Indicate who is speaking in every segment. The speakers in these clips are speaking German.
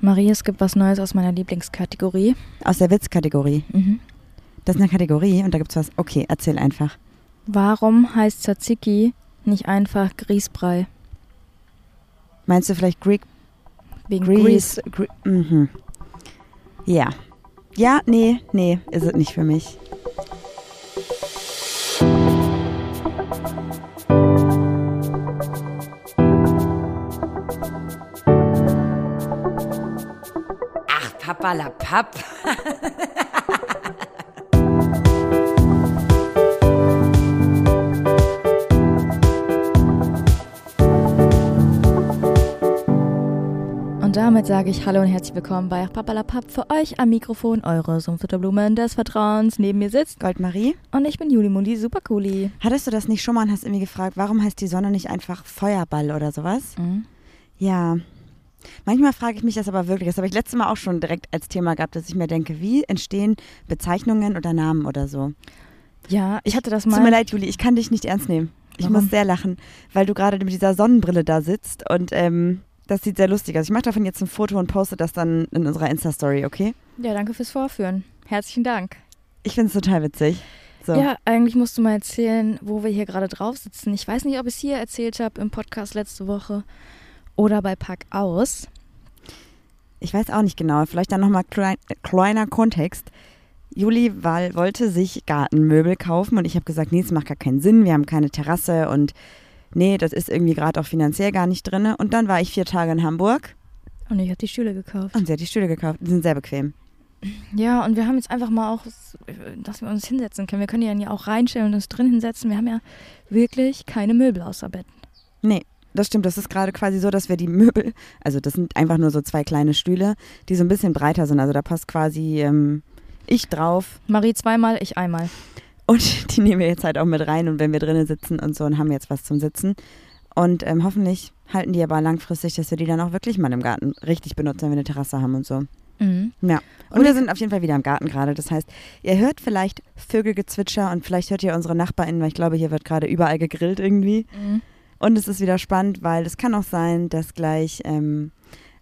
Speaker 1: Marie, es gibt was Neues aus meiner Lieblingskategorie.
Speaker 2: Aus der Witzkategorie. Das ist eine Kategorie und da gibt's was. Okay, erzähl einfach.
Speaker 1: Warum heißt Tzatziki nicht einfach Grießbrei?
Speaker 2: Meinst du vielleicht Greek
Speaker 1: Wegen
Speaker 2: Grease? Gre mhm. Ja. Ja, nee, nee, ist es nicht für mich.
Speaker 3: Ach, Papalapap.
Speaker 1: Und damit sage ich Hallo und herzlich willkommen bei Papalapap für euch am Mikrofon, eure Sumpfutterblumen des Vertrauens. Neben mir sitzt
Speaker 2: Goldmarie,
Speaker 1: und ich bin Juli Mundi, super cooli.
Speaker 2: hattest du das nicht schon mal und hast irgendwie gefragt, warum heißt die Sonne nicht einfach Feuerball oder sowas?
Speaker 1: Mhm.
Speaker 2: Ja. Manchmal frage ich mich das aber wirklich. Das habe ich letztes Mal auch schon direkt als Thema gehabt, dass ich mir denke, wie entstehen Bezeichnungen oder Namen oder so?
Speaker 1: Ja, ich hatte das
Speaker 2: Tut mir
Speaker 1: mal.
Speaker 2: leid, Juli, ich kann dich nicht ernst nehmen. Ich
Speaker 1: Warum?
Speaker 2: muss sehr lachen, weil du gerade mit dieser Sonnenbrille da sitzt und ähm, das sieht sehr lustig aus. Ich mache davon jetzt ein Foto und poste das dann in unserer Insta-Story, okay?
Speaker 1: Ja, danke fürs Vorführen. Herzlichen Dank.
Speaker 2: Ich finde es total witzig. So.
Speaker 1: Ja, eigentlich musst du mal erzählen, wo wir hier gerade drauf sitzen. Ich weiß nicht, ob ich es hier erzählt habe im Podcast letzte Woche oder bei Pack aus.
Speaker 2: Ich weiß auch nicht genau. Vielleicht dann nochmal klein, äh, kleiner Kontext. Juli Wahl wollte sich Gartenmöbel kaufen und ich habe gesagt, nee, das macht gar keinen Sinn. Wir haben keine Terrasse und nee, das ist irgendwie gerade auch finanziell gar nicht drin. Und dann war ich vier Tage in Hamburg
Speaker 1: Und ich habe die Stühle gekauft.
Speaker 2: und sie hat die Stühle gekauft. Die sind sehr bequem.
Speaker 1: Ja, und wir haben jetzt einfach mal auch, dass wir uns hinsetzen können. Wir können die dann ja auch reinstellen und uns drin hinsetzen. Wir haben ja wirklich keine Möbel außer Bett.
Speaker 2: Nee, das stimmt. Das ist gerade quasi so, dass wir die Möbel, also das sind einfach nur so zwei kleine Stühle, die so ein bisschen breiter sind. Also da passt quasi ähm, ich drauf
Speaker 1: Marie zweimal, ich einmal.
Speaker 2: und die nehmen wir jetzt halt auch mit rein. Und wenn wir drinnen sitzen und so und haben jetzt was zum Sitzen. Und ähm, hoffentlich halten die aber langfristig, dass wir die dann auch wirklich mal im Garten richtig benutzen, wenn wir eine Terrasse haben und so.
Speaker 1: Mhm.
Speaker 2: Ja. Und
Speaker 1: Und
Speaker 2: wir
Speaker 1: ich-
Speaker 2: sind auf jeden Fall wieder im Garten gerade. Das heißt, ihr hört vielleicht Vögelgezwitscher und vielleicht hört ihr unsere NachbarInnen, weil ich glaube, hier wird gerade überall gegrillt irgendwie.
Speaker 1: Mhm.
Speaker 2: Und es ist wieder spannend, weil es kann auch sein, dass gleich ähm,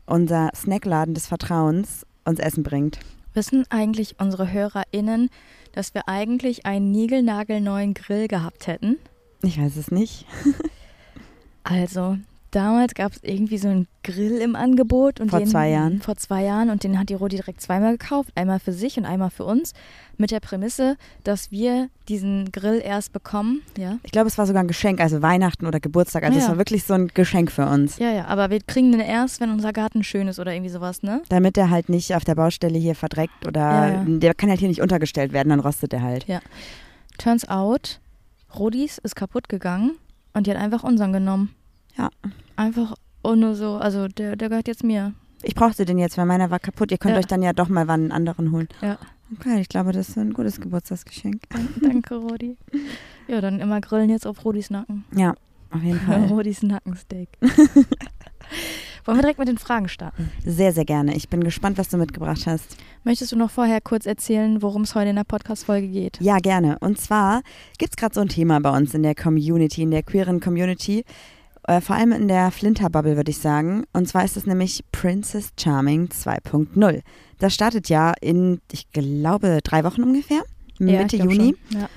Speaker 2: unser Snackladen des Vertrauens uns Essen bringt.
Speaker 1: Wissen eigentlich unsere HörerInnen, dass wir eigentlich einen niegelnagelneuen Grill gehabt hätten?
Speaker 2: Ich weiß es nicht.
Speaker 1: Also, damals gab es irgendwie so einen Grill im Angebot. Und
Speaker 2: Vor
Speaker 1: den,
Speaker 2: zwei Jahren.
Speaker 1: Vor zwei Jahren. Und den hat die Rodi direkt zweimal gekauft. Einmal für sich und einmal für uns. Mit der Prämisse, dass wir diesen Grill erst bekommen. Ja.
Speaker 2: Ich glaube, es war sogar ein Geschenk, also Weihnachten oder Geburtstag. Also es
Speaker 1: Ja.
Speaker 2: war wirklich so ein Geschenk für uns.
Speaker 1: Ja, ja, aber wir kriegen den erst, wenn unser Garten schön ist oder irgendwie sowas, ne?
Speaker 2: Damit er halt nicht auf der Baustelle hier verdreckt oder
Speaker 1: Ja, ja.
Speaker 2: der kann halt hier nicht untergestellt werden, dann rostet er halt.
Speaker 1: Turns out, Rodis ist kaputt gegangen und die hat einfach unseren genommen.
Speaker 2: Ja.
Speaker 1: Einfach ohne so, also der, der gehört jetzt mir.
Speaker 2: Ich brauchte den jetzt, weil meiner war kaputt. Ihr könnt
Speaker 1: Ja.
Speaker 2: euch dann ja doch mal wann einen anderen holen.
Speaker 1: Ja.
Speaker 2: Okay, ich glaube, das ist ein gutes Geburtstagsgeschenk.
Speaker 1: Danke, Rodi. Ja, dann immer grillen jetzt auf Rodis Nacken.
Speaker 2: Ja, auf jeden Fall.
Speaker 1: Rodis Nackensteak. Wollen wir direkt mit den Fragen starten?
Speaker 2: Sehr, sehr gerne. Ich bin gespannt, was du mitgebracht hast.
Speaker 1: Möchtest du noch vorher kurz erzählen, worum es heute in der Podcast-Folge geht?
Speaker 2: Ja, gerne. Und zwar gibt's grad gerade so ein Thema bei uns in der Community, in der queeren Community. Äh, vor allem in der Flinter-Bubble, würde ich sagen. Und zwar ist es nämlich Princess Charming 2.0. Das startet ja in, ich glaube, drei Wochen ungefähr.
Speaker 1: Ja, ich
Speaker 2: Mitte
Speaker 1: glaub
Speaker 2: Juni.
Speaker 1: schon. Ja.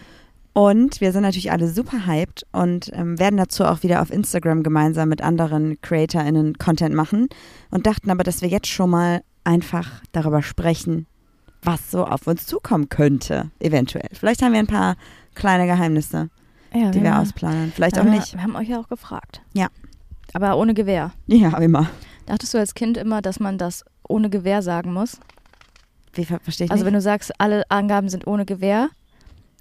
Speaker 2: Und wir sind natürlich alle super hyped und ähm, werden dazu auch wieder auf Instagram gemeinsam mit anderen CreatorInnen Content machen und dachten aber, dass wir jetzt schon mal einfach darüber sprechen, was so auf uns zukommen könnte, eventuell. Vielleicht haben wir ein paar kleine Geheimnisse,
Speaker 1: Ja,
Speaker 2: die
Speaker 1: haben-
Speaker 2: wir ausplanen. Vielleicht auch
Speaker 1: haben wir-
Speaker 2: nicht.
Speaker 1: Wir haben euch ja auch gefragt.
Speaker 2: Ja.
Speaker 1: Aber ohne Gewehr.
Speaker 2: Ja, immer.
Speaker 1: Dachtest du als Kind immer, dass man das ohne Gewehr sagen muss?
Speaker 2: Wie ver verstehe ich
Speaker 1: Also wenn
Speaker 2: nicht?
Speaker 1: du sagst, alle Angaben sind ohne Gewehr,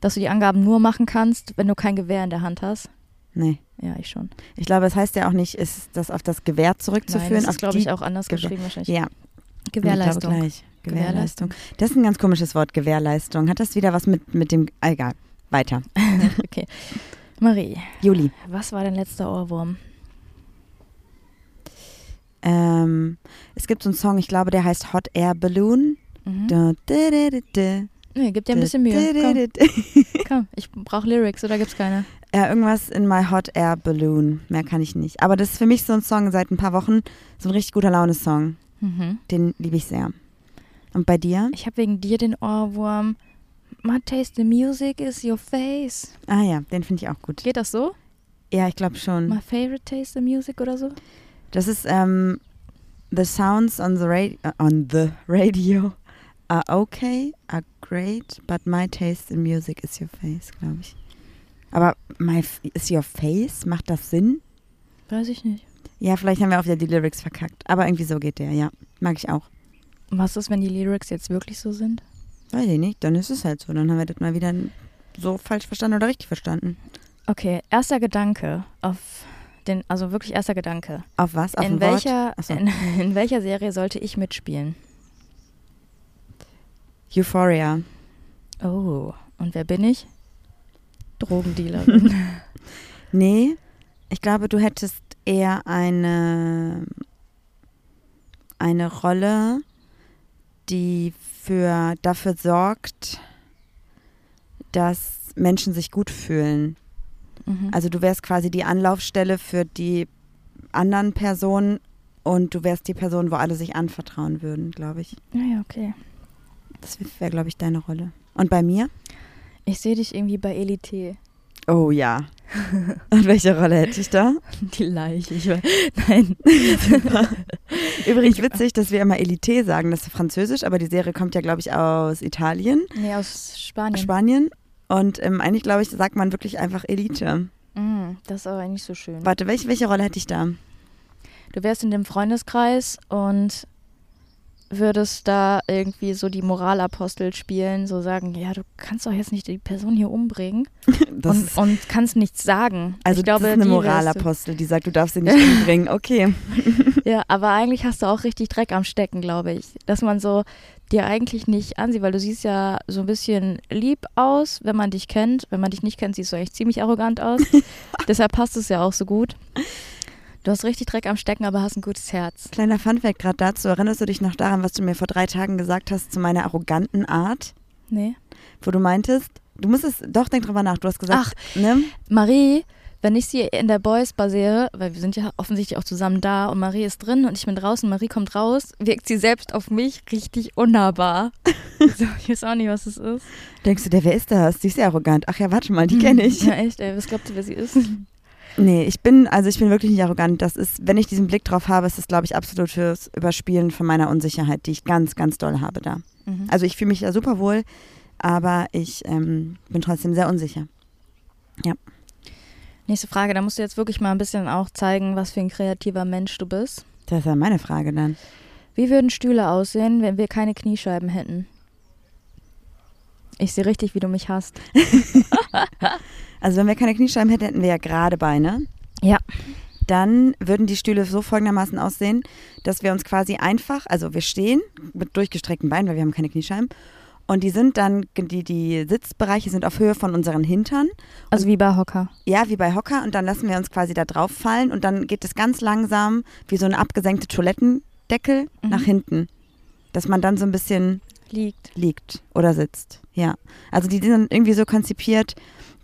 Speaker 1: dass du die Angaben nur machen kannst, wenn du kein Gewehr in der Hand hast?
Speaker 2: Nee.
Speaker 1: Ja, ich schon.
Speaker 2: Ich glaube, es heißt ja auch nicht, ist das auf das Gewehr
Speaker 1: Nein,
Speaker 2: zurückzuführen.
Speaker 1: das ist,
Speaker 2: auf
Speaker 1: glaube
Speaker 2: die
Speaker 1: ich, auch anders
Speaker 2: Gewehr.
Speaker 1: geschrieben wahrscheinlich.
Speaker 2: Ja, Ich
Speaker 1: Gewehrleistung.
Speaker 2: glaube gleich. Gewährleistung. Das ist ein ganz komisches Wort, Gewährleistung. Hat das wieder was mit, mit dem. ah, Egal. Weiter.
Speaker 1: okay. Marie,
Speaker 2: Juli.
Speaker 1: was war dein letzter Ohrwurm?
Speaker 2: Ähm, es gibt so einen Song, ich glaube, der heißt Hot Air Balloon.
Speaker 1: Mhm.
Speaker 2: Da, da, da, da, da,
Speaker 1: Nee, gib dir ein bisschen Mühe.
Speaker 2: da,
Speaker 1: Komm,
Speaker 2: da, da, da.
Speaker 1: komm. Ich brauche Lyrics oder gibt's keine?
Speaker 2: Ja, irgendwas in My Hot Air Balloon. Mehr kann ich nicht. Aber das ist für mich so ein Song seit ein paar Wochen. So ein richtig guter Laune-Song.
Speaker 1: Mhm.
Speaker 2: Den liebe ich sehr. Und bei dir?
Speaker 1: Ich habe wegen dir den Ohrwurm. My taste the music is your face.
Speaker 2: Ah ja, den finde ich auch gut.
Speaker 1: Geht das so?
Speaker 2: Ja, ich glaube schon.
Speaker 1: My favorite taste the music oder so?
Speaker 2: Das ist ähm, The sounds on the radio on the radio are okay, are great, but my taste in music is your face, glaube ich. Aber my f- is your face macht das Sinn?
Speaker 1: Weiß ich nicht.
Speaker 2: Ja, vielleicht haben wir auch wieder die Lyrics verkackt, aber irgendwie so geht der, ja. Mag ich auch.
Speaker 1: Und Was ist, wenn die Lyrics jetzt wirklich so sind?
Speaker 2: Weiß ich nicht, dann ist es halt so, dann haben wir das mal wieder so falsch verstanden oder richtig verstanden.
Speaker 1: Okay, erster Gedanke auf den, also wirklich erster Gedanke.
Speaker 2: Auf was? Auf
Speaker 1: in
Speaker 2: ein Wort?
Speaker 1: welcher,
Speaker 2: Ach so.
Speaker 1: in, in welcher Serie sollte ich mitspielen?
Speaker 2: Euphoria.
Speaker 1: Oh, und wer bin ich? Drogendealerin.
Speaker 2: Nee, ich glaube, du hättest eher eine, eine Rolle, die für, dafür sorgt, dass Menschen sich gut fühlen.
Speaker 1: mhm.
Speaker 2: Also du wärst quasi die Anlaufstelle für die anderen Personen und du wärst die Person, wo alle sich anvertrauen würden, glaube ich.
Speaker 1: Naja, okay.
Speaker 2: Das wäre, glaube ich, deine Rolle. Und bei mir?
Speaker 1: Ich sehe dich irgendwie bei Elite.
Speaker 2: Oh ja. Und welche Rolle hätte ich da?
Speaker 1: Die Leiche. Ich weiß. Nein.
Speaker 2: Übrigens witzig, dass wir immer Elite sagen, das ist französisch, aber die Serie kommt ja, glaube ich, aus Italien,
Speaker 1: Nee, aus Spanien.
Speaker 2: Spanien. Und ähm, eigentlich, glaube ich, sagt man wirklich einfach Elite.
Speaker 1: Mm, das ist aber eigentlich so schön.
Speaker 2: Warte, welche, welche Rolle hätte ich da?
Speaker 1: Du wärst in dem Freundeskreis und würdest da irgendwie so die Moralapostel spielen, so sagen, ja, du kannst doch jetzt nicht die Person hier umbringen
Speaker 2: Das
Speaker 1: und,
Speaker 2: ist,
Speaker 1: und kannst nichts sagen.
Speaker 2: also
Speaker 1: ich glaube,
Speaker 2: das ist eine
Speaker 1: die
Speaker 2: Moralapostel, die sagt, du darfst sie nicht umbringen. Okay.
Speaker 1: wärst du. Ja, aber eigentlich hast du auch richtig Dreck am Stecken, glaube ich. Dass man so dir eigentlich nicht ansieht, weil du siehst ja so ein bisschen lieb aus, wenn man dich kennt. Wenn man dich nicht kennt, siehst du eigentlich ziemlich arrogant aus. Deshalb passt es ja auch so gut. Du hast richtig Dreck am Stecken, aber hast ein gutes Herz.
Speaker 2: Kleiner Funfact gerade dazu. Erinnerst du dich noch daran, was du mir vor drei Tagen gesagt hast zu meiner arroganten Art,
Speaker 1: Nee?
Speaker 2: wo du meintest, du musst es, doch, denk drüber nach. Du hast gesagt, ne?
Speaker 1: Marie, wenn ich sie in der Boys Bar sehe, weil wir sind ja offensichtlich auch zusammen da und Marie ist drin und ich bin draußen, Marie kommt raus, wirkt sie selbst auf mich richtig unnahbar. so, ich weiß auch nicht, was es ist.
Speaker 2: Denkst du, der, wer ist das? Die ist ja arrogant. Ach ja, warte mal, die kenne ich.
Speaker 1: Hm. Ja, echt, ey, was glaubt ihr, wer sie ist?
Speaker 2: Nee, ich bin, also ich bin wirklich nicht arrogant. Das ist, wenn ich diesen Blick drauf habe, ist das, glaube ich, absolutes Überspielen von meiner Unsicherheit, die ich ganz, ganz doll habe da.
Speaker 1: Mhm.
Speaker 2: Also ich fühle mich da super wohl, aber ich ähm, bin trotzdem sehr unsicher.
Speaker 1: Nächste Frage, da musst du jetzt wirklich mal ein bisschen auch zeigen, was für ein kreativer Mensch du bist.
Speaker 2: Das ist ja meine Frage dann.
Speaker 1: Wie würden Stühle aussehen, wenn wir keine Kniescheiben hätten? Ich sehe richtig, wie du mich hast.
Speaker 2: Also wenn wir keine Kniescheiben hätten, hätten wir ja gerade Beine.
Speaker 1: Ja.
Speaker 2: Dann würden die Stühle so folgendermaßen aussehen, dass wir uns quasi einfach, also wir stehen mit durchgestreckten Beinen, weil wir haben keine Kniescheiben. Und die sind dann, die, die Sitzbereiche sind auf Höhe von unseren Hintern.
Speaker 1: Also wie bei Hocker.
Speaker 2: Ja, wie bei Hocker und dann lassen wir uns quasi da drauf fallen und dann geht es ganz langsam wie so eine abgesenkte Toilettendeckel
Speaker 1: Mhm.
Speaker 2: nach hinten, dass man dann so ein bisschen
Speaker 1: Liegt.
Speaker 2: liegt oder sitzt. Ja, also die sind dann irgendwie so konzipiert,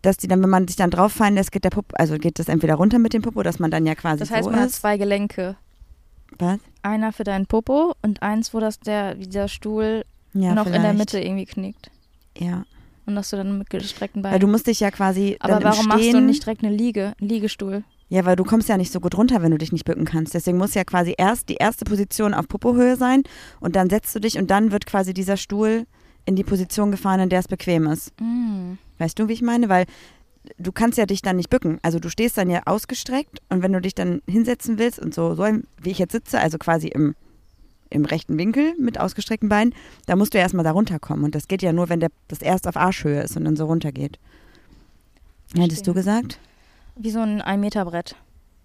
Speaker 2: dass die dann, wenn man sich dann drauf fallen lässt, geht der Pupp, also geht das entweder runter mit dem Popo, dass man dann ja quasi
Speaker 1: Das heißt,
Speaker 2: so
Speaker 1: man hat
Speaker 2: Also ist.
Speaker 1: zwei Gelenke.
Speaker 2: Was?
Speaker 1: Einer für deinen Popo und eins, wo das der, dieser Stuhl
Speaker 2: Ja,
Speaker 1: noch in der
Speaker 2: vielleicht.
Speaker 1: Mitte irgendwie knickt.
Speaker 2: Ja,
Speaker 1: Und dass du dann mit gestreckten Beinen.
Speaker 2: weil du musst dich ja quasi dann
Speaker 1: aber
Speaker 2: im
Speaker 1: warum machst du
Speaker 2: Stehen-
Speaker 1: nicht direkt eine Liege, einen Liegestuhl?
Speaker 2: Ja, weil du kommst ja nicht so gut runter, wenn du dich nicht bücken kannst. Deswegen muss ja quasi erst die erste Position auf Popohöhe sein und dann setzt du dich und dann wird quasi dieser Stuhl in die Position gefahren, in der es bequem ist.
Speaker 1: Mm.
Speaker 2: Weißt du, wie ich meine? Weil du kannst ja dich dann nicht bücken. Also du stehst dann ja ausgestreckt und wenn du dich dann hinsetzen willst und so, so wie ich jetzt sitze, also quasi im, im rechten Winkel mit ausgestreckten Beinen, da musst du ja erstmal da runterkommen. Und das geht ja nur, wenn der, das erst auf Arschhöhe ist und dann so runtergeht.
Speaker 1: Verstehe.
Speaker 2: Hättest du gesagt?
Speaker 1: Wie so ein 1-Meter-Brett.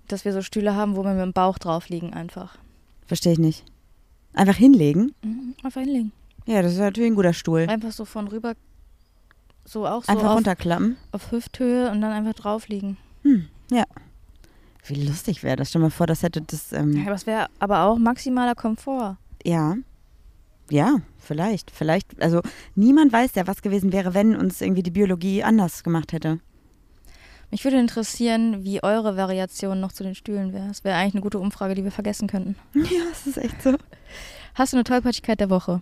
Speaker 1: Dass wir so Stühle haben, wo wir mit dem Bauch drauf liegen einfach.
Speaker 2: Verstehe ich nicht. Einfach hinlegen?
Speaker 1: Mhm. Einfach hinlegen.
Speaker 2: Ja, das ist natürlich ein guter Stuhl.
Speaker 1: Einfach so von rüber, so auch so
Speaker 2: Einfach
Speaker 1: auf,
Speaker 2: runterklappen.
Speaker 1: auf Hüfthöhe und dann einfach drauf liegen.
Speaker 2: Wie lustig wäre das? Stell mal vor, das hätte das.
Speaker 1: Ja,
Speaker 2: Ähm,
Speaker 1: aber es wäre aber auch maximaler Komfort.
Speaker 2: ja. Ja, vielleicht. Vielleicht. Also, niemand weiß ja, was gewesen wäre, wenn uns irgendwie die Biologie anders gemacht hätte.
Speaker 1: Mich würde interessieren, wie eure Variation noch zu den Stühlen wäre. Das wäre eigentlich eine gute Umfrage, die wir vergessen könnten.
Speaker 2: Ja, das ist echt so.
Speaker 1: Hast du eine Tollpatschigkeit der Woche?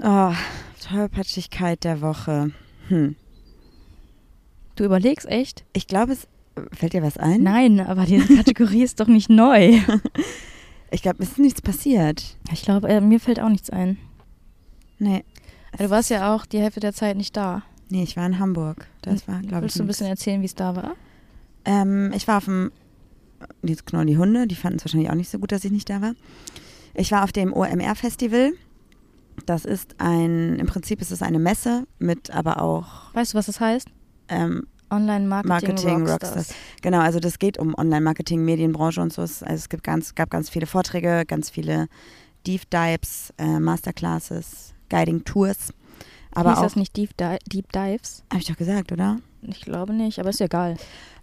Speaker 2: Oh, Tollpatschigkeit der Woche. Hm.
Speaker 1: Du überlegst echt?
Speaker 2: Ich glaube, es fällt dir was ein?
Speaker 1: Nein, aber diese Kategorie ist doch nicht neu.
Speaker 2: Ich glaube, es ist nichts passiert.
Speaker 1: Ich glaube, äh, mir fällt auch nichts ein. Also
Speaker 2: Nee.
Speaker 1: Du warst ja auch die Hälfte der Zeit nicht da.
Speaker 2: Nee, ich war in Hamburg. Das war, glaube ich.
Speaker 1: Willst du ein bisschen erzählen, wie es da war?
Speaker 2: Ähm, ich war auf dem. Jetzt knurren die Hunde, die fanden es wahrscheinlich auch nicht so gut, dass ich nicht da war. Ich war auf dem OMR-Festival. Das ist ein, im Prinzip ist es eine Messe mit aber auch
Speaker 1: Weißt du, was das heißt?
Speaker 2: ähm,
Speaker 1: Online-Marketing
Speaker 2: Marketing,
Speaker 1: Rockstars.
Speaker 2: Rockstars. Genau, also das geht um Online-Marketing, Medienbranche und so. Es- Also es gibt ganz, gab ganz viele Vorträge, ganz viele Deep Dives, äh, Masterclasses, Guiding Tours. Aber
Speaker 1: Hieß
Speaker 2: auch,
Speaker 1: das nicht Deep, Di Deep Dives?
Speaker 2: habe ich doch gesagt, oder?
Speaker 1: Ich glaube nicht, aber ist ja egal.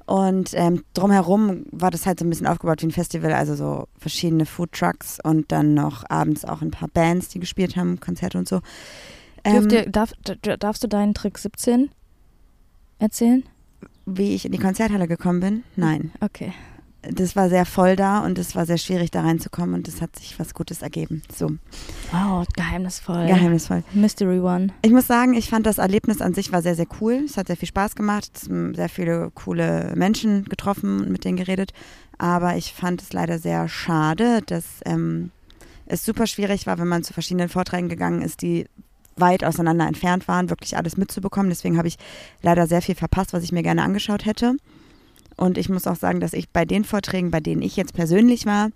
Speaker 2: Und ähm, drumherum war das halt so ein bisschen aufgebaut wie ein Festival, also so verschiedene Food Trucks und dann noch abends auch ein paar Bands, die gespielt haben, Konzerte und so. Ähm,
Speaker 1: Dürft ihr, darf, d- darfst du deinen Trick 17 erzählen?
Speaker 2: wie ich in die Konzerthalle gekommen bin? Nein.
Speaker 1: Okay.
Speaker 2: Das war sehr voll da und es war sehr schwierig da reinzukommen und es hat sich was Gutes ergeben. So,
Speaker 1: Wow, geheimnisvoll.
Speaker 2: geheimnisvoll.
Speaker 1: Mystery One.
Speaker 2: Ich muss sagen, ich fand das Erlebnis an sich war sehr, sehr cool. Es hat sehr viel Spaß gemacht, Es haben sehr viele coole Menschen getroffen und mit denen geredet. Aber ich fand es leider sehr schade, dass ähm, es super schwierig war, wenn man zu verschiedenen Vorträgen gegangen ist, die weit auseinander entfernt waren, wirklich alles mitzubekommen. Deswegen habe ich leider sehr viel verpasst, was ich mir gerne angeschaut hätte. Und ich muss auch sagen, dass ich bei den Vorträgen, bei denen ich jetzt persönlich war,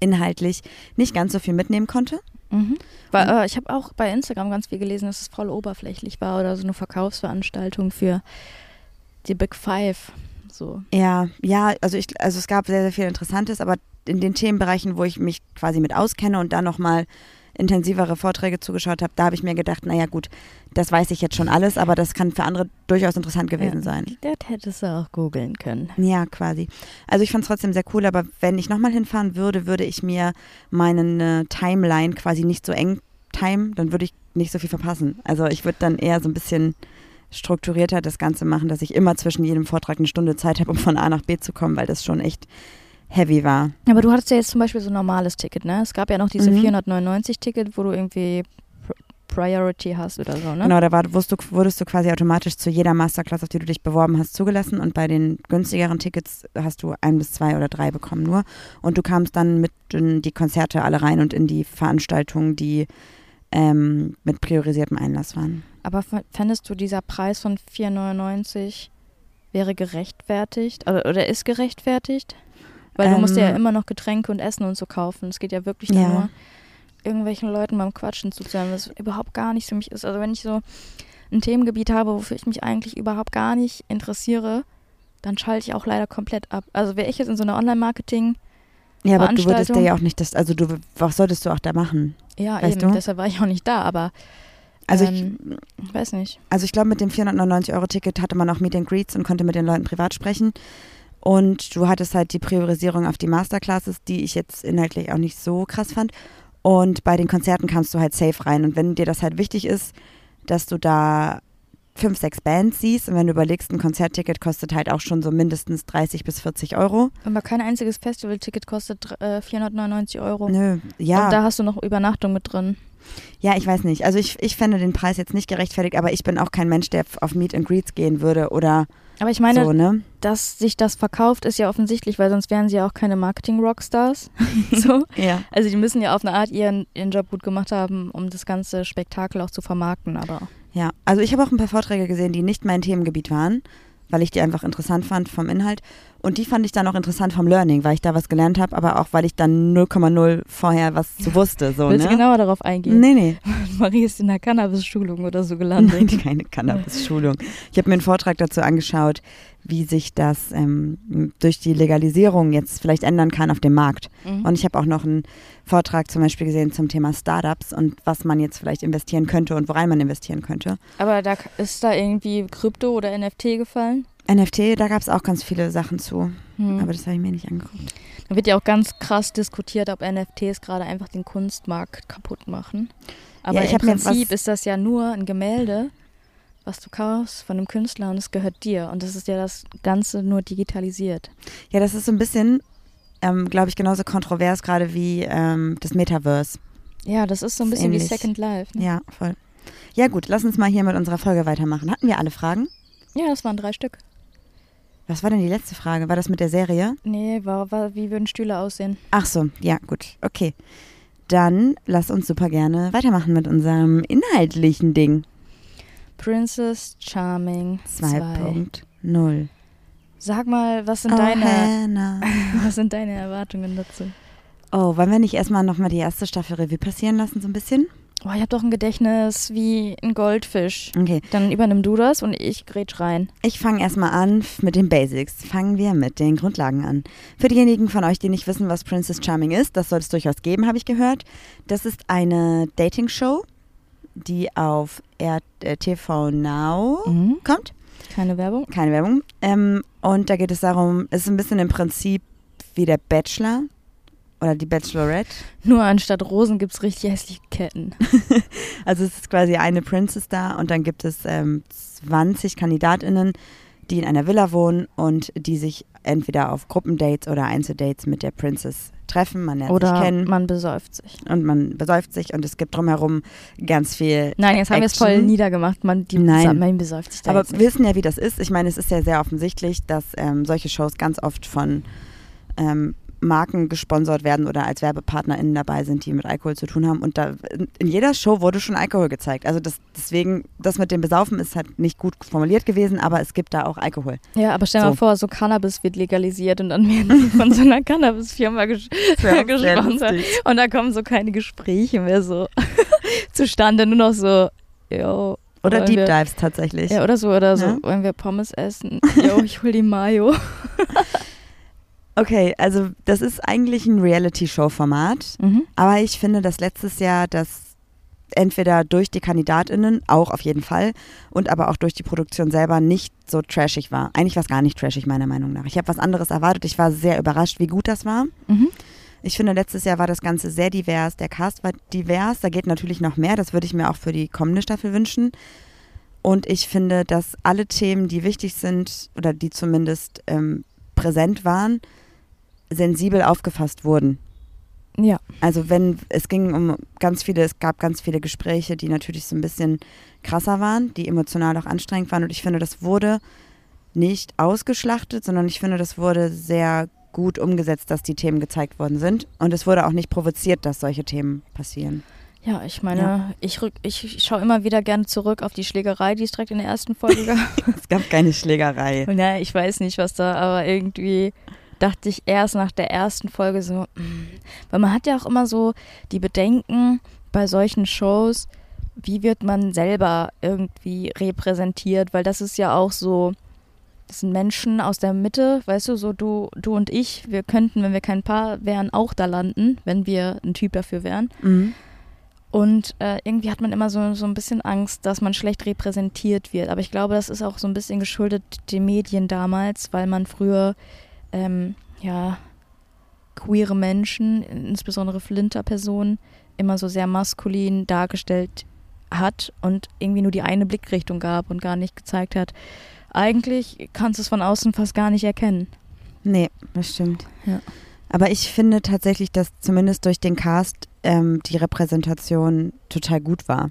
Speaker 2: inhaltlich nicht ganz so viel mitnehmen konnte.
Speaker 1: Mhm. Weil, äh, ich habe auch bei Instagram ganz viel gelesen, dass es voll oberflächlich war oder so eine Verkaufsveranstaltung für die Big Five. So.
Speaker 2: Ja, ja, also ich, also es gab sehr, sehr viel Interessantes, aber in den Themenbereichen, wo ich mich quasi mit auskenne und dann nochmal intensivere Vorträge zugeschaut habe, da habe ich mir gedacht, naja gut, das weiß ich jetzt schon alles, aber das kann für andere durchaus interessant gewesen
Speaker 1: Ja.
Speaker 2: sein.
Speaker 1: Das hättest du auch googeln können.
Speaker 2: Ja, quasi. Also ich fand es trotzdem sehr cool, aber wenn ich nochmal hinfahren würde, würde ich mir meine Timeline quasi nicht so eng timen, dann würde ich nicht so viel verpassen. Also ich würde dann eher so ein bisschen strukturierter das Ganze machen, dass ich immer zwischen jedem Vortrag eine Stunde Zeit habe, um von A nach B zu kommen, weil das schon echt heavy war.
Speaker 1: Aber du hattest ja jetzt zum Beispiel so ein normales Ticket, ne? Es gab ja noch diese
Speaker 2: Mhm.
Speaker 1: 499-Ticket, wo du irgendwie Pr- Priority hast oder so, ne?
Speaker 2: Genau, da war, wurdest, du, wurdest du quasi automatisch zu jeder Masterclass, auf die du dich beworben hast, zugelassen und bei den günstigeren Tickets hast du ein bis zwei oder drei bekommen nur. Und du kamst dann mit in die Konzerte alle rein und in die Veranstaltungen, die ähm, mit priorisiertem Einlass waren.
Speaker 1: Aber f- fändest du, dieser Preis von 4,99 wäre gerechtfertigt? Oder, oder ist gerechtfertigt? Weil du musst dir ja
Speaker 2: Ähm.
Speaker 1: immer noch Getränke und Essen und so kaufen. Es geht ja wirklich dann
Speaker 2: Ja.
Speaker 1: nur, irgendwelchen Leuten beim Quatschen zuzuhören, was überhaupt gar nicht für mich ist. Also wenn ich so ein Themengebiet habe, wofür ich mich eigentlich überhaupt gar nicht interessiere, dann schalte ich auch leider komplett ab. Also wäre ich jetzt in so einer Online-Marketing,
Speaker 2: Ja, aber du würdest dir
Speaker 1: Veranstaltung.
Speaker 2: ja auch nicht das, also du, was solltest du auch da machen?
Speaker 1: ja
Speaker 2: Weißt
Speaker 1: eben,
Speaker 2: du?
Speaker 1: deshalb war ich auch nicht da, aber
Speaker 2: Also
Speaker 1: Ähm, ich weiß nicht.
Speaker 2: ich, also ich glaube, mit dem 499-Euro-Ticket hatte man auch Meet and Greets und konnte mit den Leuten privat sprechen. Und du hattest halt die Priorisierung auf die Masterclasses, die ich jetzt inhaltlich auch nicht so krass fand. Und bei den Konzerten kamst du halt safe rein. Und wenn dir das halt wichtig ist, dass du da fünf, sechs Bands siehst und wenn du überlegst, ein Konzertticket kostet halt auch schon so mindestens 30 bis 40 Euro.
Speaker 1: Aber kein einziges Festival-Ticket kostet dr- äh, 499 Euro.
Speaker 2: Nö, ja.
Speaker 1: Und da hast du noch Übernachtung mit drin.
Speaker 2: Ja, ich weiß nicht. Also ich, ich fände den Preis jetzt nicht gerechtfertigt, aber ich bin auch kein Mensch, der auf Meet and Greets gehen würde oder
Speaker 1: Aber ich meine,
Speaker 2: so, ne?
Speaker 1: dass sich das verkauft, ist ja offensichtlich, weil sonst wären sie ja auch keine Marketing-Rockstars. so.
Speaker 2: Ja.
Speaker 1: Also die müssen ja auf eine Art ihren, ihren Job gut gemacht haben, um das ganze Spektakel auch zu vermarkten. Aber
Speaker 2: Ja. Also ich habe auch ein paar Vorträge gesehen, die nicht mein Themengebiet waren, weil ich die einfach interessant fand vom Inhalt. Und die fand ich dann auch interessant vom Learning, weil ich da was gelernt habe, aber auch weil ich dann 0,0 vorher was zu wusste. So,
Speaker 1: willst
Speaker 2: ne?
Speaker 1: du genau genauer darauf eingehen?
Speaker 2: Nee, nee.
Speaker 1: Marie ist in einer Cannabis-Schulung oder so
Speaker 2: Nein,
Speaker 1: gelandet.
Speaker 2: keine Cannabis-Schulung. Ich habe mir einen Vortrag dazu angeschaut, wie sich das ähm, durch die Legalisierung jetzt vielleicht ändern kann auf dem Markt.
Speaker 1: Mhm.
Speaker 2: Und ich habe auch noch einen Vortrag zum Beispiel gesehen zum Thema Startups und was man jetzt vielleicht investieren könnte und worein man investieren könnte.
Speaker 1: Aber da k- ist da irgendwie Krypto oder NFT gefallen?
Speaker 2: NFT, da gab es auch ganz viele Sachen zu,
Speaker 1: Hm.
Speaker 2: aber das habe ich mir nicht angeguckt.
Speaker 1: Da wird ja auch ganz krass diskutiert, ob NFTs gerade einfach den Kunstmarkt kaputt machen. Aber
Speaker 2: Ja, ich
Speaker 1: im
Speaker 2: hab mir
Speaker 1: Prinzip
Speaker 2: was-
Speaker 1: ist das ja nur ein Gemälde, was du kaufst von einem Künstler und es gehört dir. Und das ist ja das Ganze nur digitalisiert.
Speaker 2: Ja, das ist so ein bisschen, ähm, glaube ich, genauso kontrovers gerade wie ähm, das Metaverse.
Speaker 1: Ja, das ist so ein
Speaker 2: Ist
Speaker 1: bisschen
Speaker 2: ähnlich.
Speaker 1: wie Second Life. Ne?
Speaker 2: Ja, voll. Ja gut, lass uns mal hier mit unserer Folge weitermachen. Hatten wir alle Fragen?
Speaker 1: Ja. das waren drei Stück.
Speaker 2: Was war denn die letzte Frage? War das mit der Serie?
Speaker 1: Nee, war, war, wie würden Stühle aussehen?
Speaker 2: Ach so, ja, gut, okay. Dann lass uns super gerne weitermachen mit unserem inhaltlichen Ding.
Speaker 1: Princess Charming 2.
Speaker 2: 2.0.
Speaker 1: Sag mal, was sind,
Speaker 2: Oh,
Speaker 1: deine,
Speaker 2: Hannah.
Speaker 1: was sind deine Erwartungen dazu?
Speaker 2: Oh, wollen wir nicht erstmal nochmal die erste Staffel Revue passieren lassen, so ein bisschen?
Speaker 1: Oh, ich habe doch ein Gedächtnis wie ein Goldfisch.
Speaker 2: Okay.
Speaker 1: Dann übernimm du das und ich grätsch rein.
Speaker 2: Ich fange erstmal an f- mit den Basics. Fangen wir mit den Grundlagen an. Für diejenigen von euch, die nicht wissen, was Princess Charming ist, das soll es durchaus geben, habe ich gehört. Das ist eine Dating-Show, die auf R äh, TV Now
Speaker 1: Mhm.
Speaker 2: kommt.
Speaker 1: Keine Werbung.
Speaker 2: Keine Werbung. Ähm, und da geht es darum, es ist ein bisschen im Prinzip wie der Bachelor oder die Bachelorette.
Speaker 1: Nur anstatt Rosen gibt's richtig hässliche Ketten.
Speaker 2: Also es ist quasi eine Princess da und dann gibt es ähm, 20 KandidatInnen, die in einer Villa wohnen und die sich entweder auf Gruppendates oder Einzeldates mit der Princess treffen. Man lernt sich
Speaker 1: Oder
Speaker 2: kennen
Speaker 1: man besäuft sich.
Speaker 2: und man besäuft sich und es gibt drumherum ganz viel.
Speaker 1: Nein, jetzt haben wir es
Speaker 2: Action.
Speaker 1: voll niedergemacht. Man, die,
Speaker 2: Nein.
Speaker 1: man besäuft sich da
Speaker 2: Aber
Speaker 1: jetzt
Speaker 2: wir
Speaker 1: nicht.
Speaker 2: wissen ja, wie das ist. Ich meine, es ist ja sehr offensichtlich, dass ähm, solche Shows ganz oft von ähm, Marken gesponsert werden oder als WerbepartnerInnen dabei sind, die mit Alkohol zu tun haben. Und da, in jeder Show wurde schon Alkohol gezeigt. Also das, deswegen, das mit dem Besaufen ist halt nicht gut formuliert gewesen, aber es gibt da auch Alkohol.
Speaker 1: Ja, aber stell dir
Speaker 2: So.
Speaker 1: mal vor, so Cannabis wird legalisiert und dann werden die von so einer Cannabis-Firma ges
Speaker 2: wär auch sehr
Speaker 1: gesponsert.
Speaker 2: lustig.
Speaker 1: Und da kommen so keine Gespräche mehr so zustande. Nur noch so, yo.
Speaker 2: Oder
Speaker 1: wollen
Speaker 2: Deep
Speaker 1: wir-
Speaker 2: Dives tatsächlich.
Speaker 1: Ja, oder so, oder so.
Speaker 2: Ja.
Speaker 1: Wollen wir Pommes essen? Yo, ich hol die Mayo.
Speaker 2: Okay, also das ist eigentlich ein Reality-Show-Format.
Speaker 1: Mhm.
Speaker 2: Aber ich finde, dass letztes Jahr das entweder durch die KandidatInnen, auch auf jeden Fall, und aber auch durch die Produktion selber nicht so trashig war. Eigentlich war es gar nicht trashig, meiner Meinung nach. Ich habe was anderes erwartet. Ich war sehr überrascht, wie gut das war.
Speaker 1: Mhm.
Speaker 2: Ich finde, letztes Jahr war das Ganze sehr divers. Der Cast war divers. Da geht natürlich noch mehr. Das würde ich mir auch für die kommende Staffel wünschen. Und ich finde, dass alle Themen, die wichtig sind oder die zumindest ähm, präsent waren, sensibel aufgefasst wurden.
Speaker 1: Ja.
Speaker 2: Also wenn es ging um ganz viele, es gab ganz viele Gespräche, die natürlich so ein bisschen krasser waren, die emotional auch anstrengend waren. Und ich finde, das wurde nicht ausgeschlachtet, sondern ich finde, das wurde sehr gut umgesetzt, dass die Themen gezeigt worden sind. Und es wurde auch nicht provoziert, dass solche Themen passieren.
Speaker 1: Ja, ich meine,
Speaker 2: Ja.
Speaker 1: ich, rück, ich schaue immer wieder gerne zurück auf die Schlägerei, die es direkt in der ersten Folge gab.
Speaker 2: Es gab keine Schlägerei.
Speaker 1: Na, ich weiß nicht, was da, aber irgendwie dachte ich erst nach der ersten Folge so, mm. weil man hat ja auch immer so die Bedenken bei solchen Shows, wie wird man selber irgendwie repräsentiert, weil das ist ja auch so, das sind Menschen aus der Mitte, weißt du, so du, du und ich, wir könnten, wenn wir kein Paar wären, auch da landen, wenn wir ein Typ dafür wären.
Speaker 2: Mhm.
Speaker 1: Und äh, irgendwie hat man immer so, so ein bisschen Angst, dass man schlecht repräsentiert wird. Aber ich glaube, das ist auch so ein bisschen geschuldet den Medien damals, weil man früher, ähm, ja, queere Menschen, insbesondere Flinter-Personen, immer so sehr maskulin dargestellt hat und irgendwie nur die eine Blickrichtung gab und gar nicht gezeigt hat. Eigentlich kannst du es von außen fast gar nicht erkennen.
Speaker 2: Nee, das stimmt.
Speaker 1: Ja.
Speaker 2: Aber ich finde tatsächlich, dass zumindest durch den Cast ähm, die Repräsentation total gut war.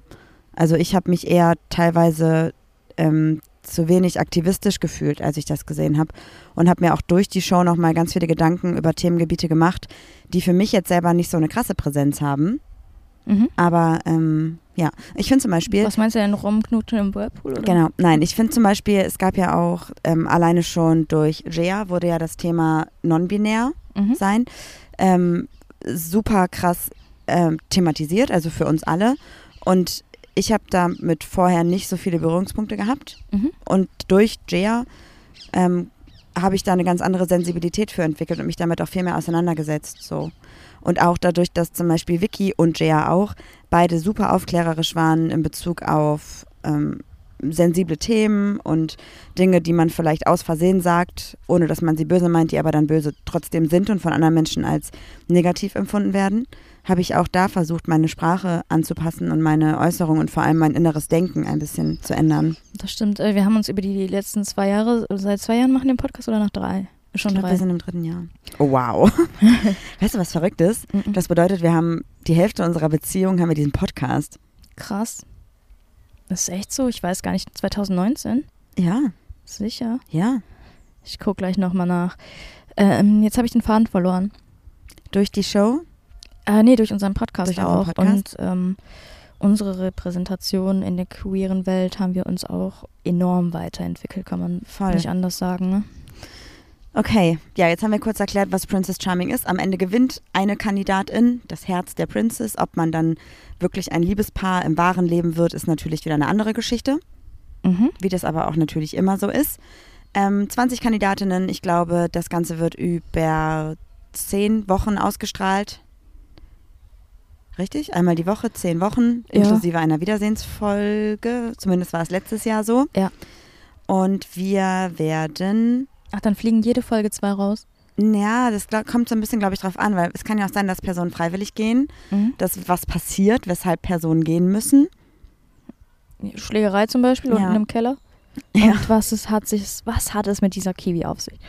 Speaker 2: Also ich habe mich eher teilweise ähm, zu wenig aktivistisch gefühlt, als ich das gesehen habe. Und habe mir auch durch die Show nochmal ganz viele Gedanken über Themengebiete gemacht, die für mich jetzt selber nicht so eine krasse Präsenz haben.
Speaker 1: Mhm.
Speaker 2: Aber ähm, ja, ich finde zum Beispiel,
Speaker 1: Was meinst du denn, rumknuten im Whirlpool? Oder?
Speaker 2: Genau, nein, ich finde zum Beispiel, es gab ja auch ähm, alleine schon durch Jea wurde ja das Thema non-binär
Speaker 1: Mhm.
Speaker 2: sein ähm, super krass ähm, thematisiert, also für uns alle. Und ich habe damit vorher nicht so viele Berührungspunkte gehabt.
Speaker 1: Mhm.
Speaker 2: Und durch Jea ähm, habe ich da eine ganz andere Sensibilität für entwickelt und mich damit auch viel mehr auseinandergesetzt. So. Und auch dadurch, dass zum Beispiel Vicky und Jea auch beide super aufklärerisch waren in Bezug auf ähm, sensible Themen und Dinge, die man vielleicht aus Versehen sagt, ohne dass man sie böse meint, die aber dann böse trotzdem sind und von anderen Menschen als negativ empfunden werden, habe ich auch da versucht, meine Sprache anzupassen und meine Äußerung und vor allem mein inneres Denken ein bisschen zu ändern.
Speaker 1: Das stimmt. Äh, Wir haben uns über die letzten zwei Jahre, seit zwei Jahren machen den Podcast oder nach drei? Schon
Speaker 2: Ich glaube,
Speaker 1: drei.
Speaker 2: wir sind im dritten Jahr. Oh, wow. weißt du, was verrückt ist?
Speaker 1: Mhm.
Speaker 2: Das bedeutet, wir haben die Hälfte unserer Beziehung haben wir diesen Podcast.
Speaker 1: Krass. Das ist echt so. Ich weiß gar nicht. 2019?
Speaker 2: Ja,
Speaker 1: Sicher.
Speaker 2: ja.
Speaker 1: Ich gucke gleich nochmal nach. Ähm, jetzt habe ich den Faden verloren.
Speaker 2: Durch die Show.
Speaker 1: Äh, nee, durch unseren Podcast
Speaker 2: Durch
Speaker 1: auch.
Speaker 2: euren
Speaker 1: Und
Speaker 2: Podcast?
Speaker 1: ähm, unsere Repräsentation in der queeren Welt haben wir uns auch enorm weiterentwickelt, kann man
Speaker 2: Voll.
Speaker 1: nicht anders sagen. Ne?
Speaker 2: Okay, ja, jetzt haben wir kurz erklärt, was Princess Charming ist. Am Ende gewinnt eine Kandidatin das Herz der Princess. Ob man dann wirklich ein Liebespaar im wahren Leben wird, ist natürlich wieder eine andere Geschichte,
Speaker 1: Mhm.
Speaker 2: wie das aber auch natürlich immer so ist. Ähm, 20 Kandidatinnen, ich glaube, das Ganze wird über 10 Wochen ausgestrahlt. Richtig? Einmal die Woche, 10 Wochen,
Speaker 1: Ja.
Speaker 2: inklusive einer Wiedersehensfolge. Zumindest war es letztes Jahr so.
Speaker 1: Ja.
Speaker 2: Und wir werden
Speaker 1: Ach, dann fliegen jede Folge zwei raus.
Speaker 2: ja, das glaub, kommt so ein bisschen, glaube ich, drauf an, weil es kann ja auch sein, dass Personen freiwillig gehen,
Speaker 1: Mhm.
Speaker 2: dass was passiert, weshalb Personen gehen müssen.
Speaker 1: Schlägerei zum Beispiel
Speaker 2: Ja.
Speaker 1: unten im Keller.
Speaker 2: Ja.
Speaker 1: Und was, es hat sich, was hat es mit dieser Kiwi auf sich?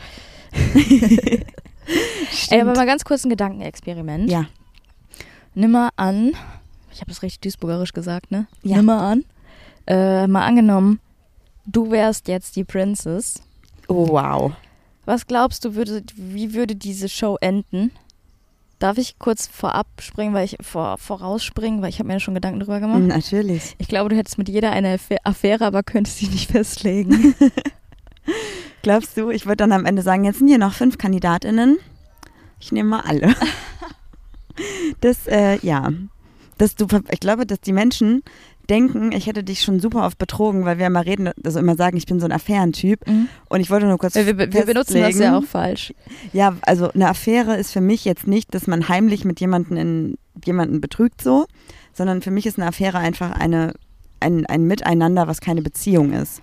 Speaker 1: Ey, aber mal ganz kurz ein Gedankenexperiment.
Speaker 2: Ja,
Speaker 1: Nimm mal an, ich habe das richtig duisburgerisch gesagt, ne?
Speaker 2: Ja.
Speaker 1: Nimm mal an, äh, mal angenommen, du wärst jetzt die Princess.
Speaker 2: oh, wow.
Speaker 1: Was glaubst du, würde, wie würde diese Show enden? Darf ich kurz vorab springen, weil ich vor, vorausspringen, weil ich habe mir ja schon Gedanken drüber gemacht.
Speaker 2: Mhm. Natürlich.
Speaker 1: Ich glaube, du hättest mit jeder eine Affa- Affäre, aber könntest dich nicht festlegen.
Speaker 2: Glaubst du, ich würde dann am Ende sagen, jetzt sind hier noch fünf Kandidatinnen. Ich nehme mal alle. das, äh, ja. Das, du, ich glaube, dass die Menschen denken, ich hätte dich schon super oft betrogen, weil wir immer reden, also immer sagen, ich bin so ein Affärentyp.
Speaker 1: Mhm.
Speaker 2: Und ich wollte nur kurz
Speaker 1: wir, wir, wir benutzen das
Speaker 2: festlegen.
Speaker 1: ja auch falsch.
Speaker 2: Ja, also eine Affäre ist für mich jetzt nicht, dass man heimlich mit jemandem in jemanden betrügt so, sondern für mich ist eine Affäre einfach eine ein, ein Miteinander, was keine Beziehung ist.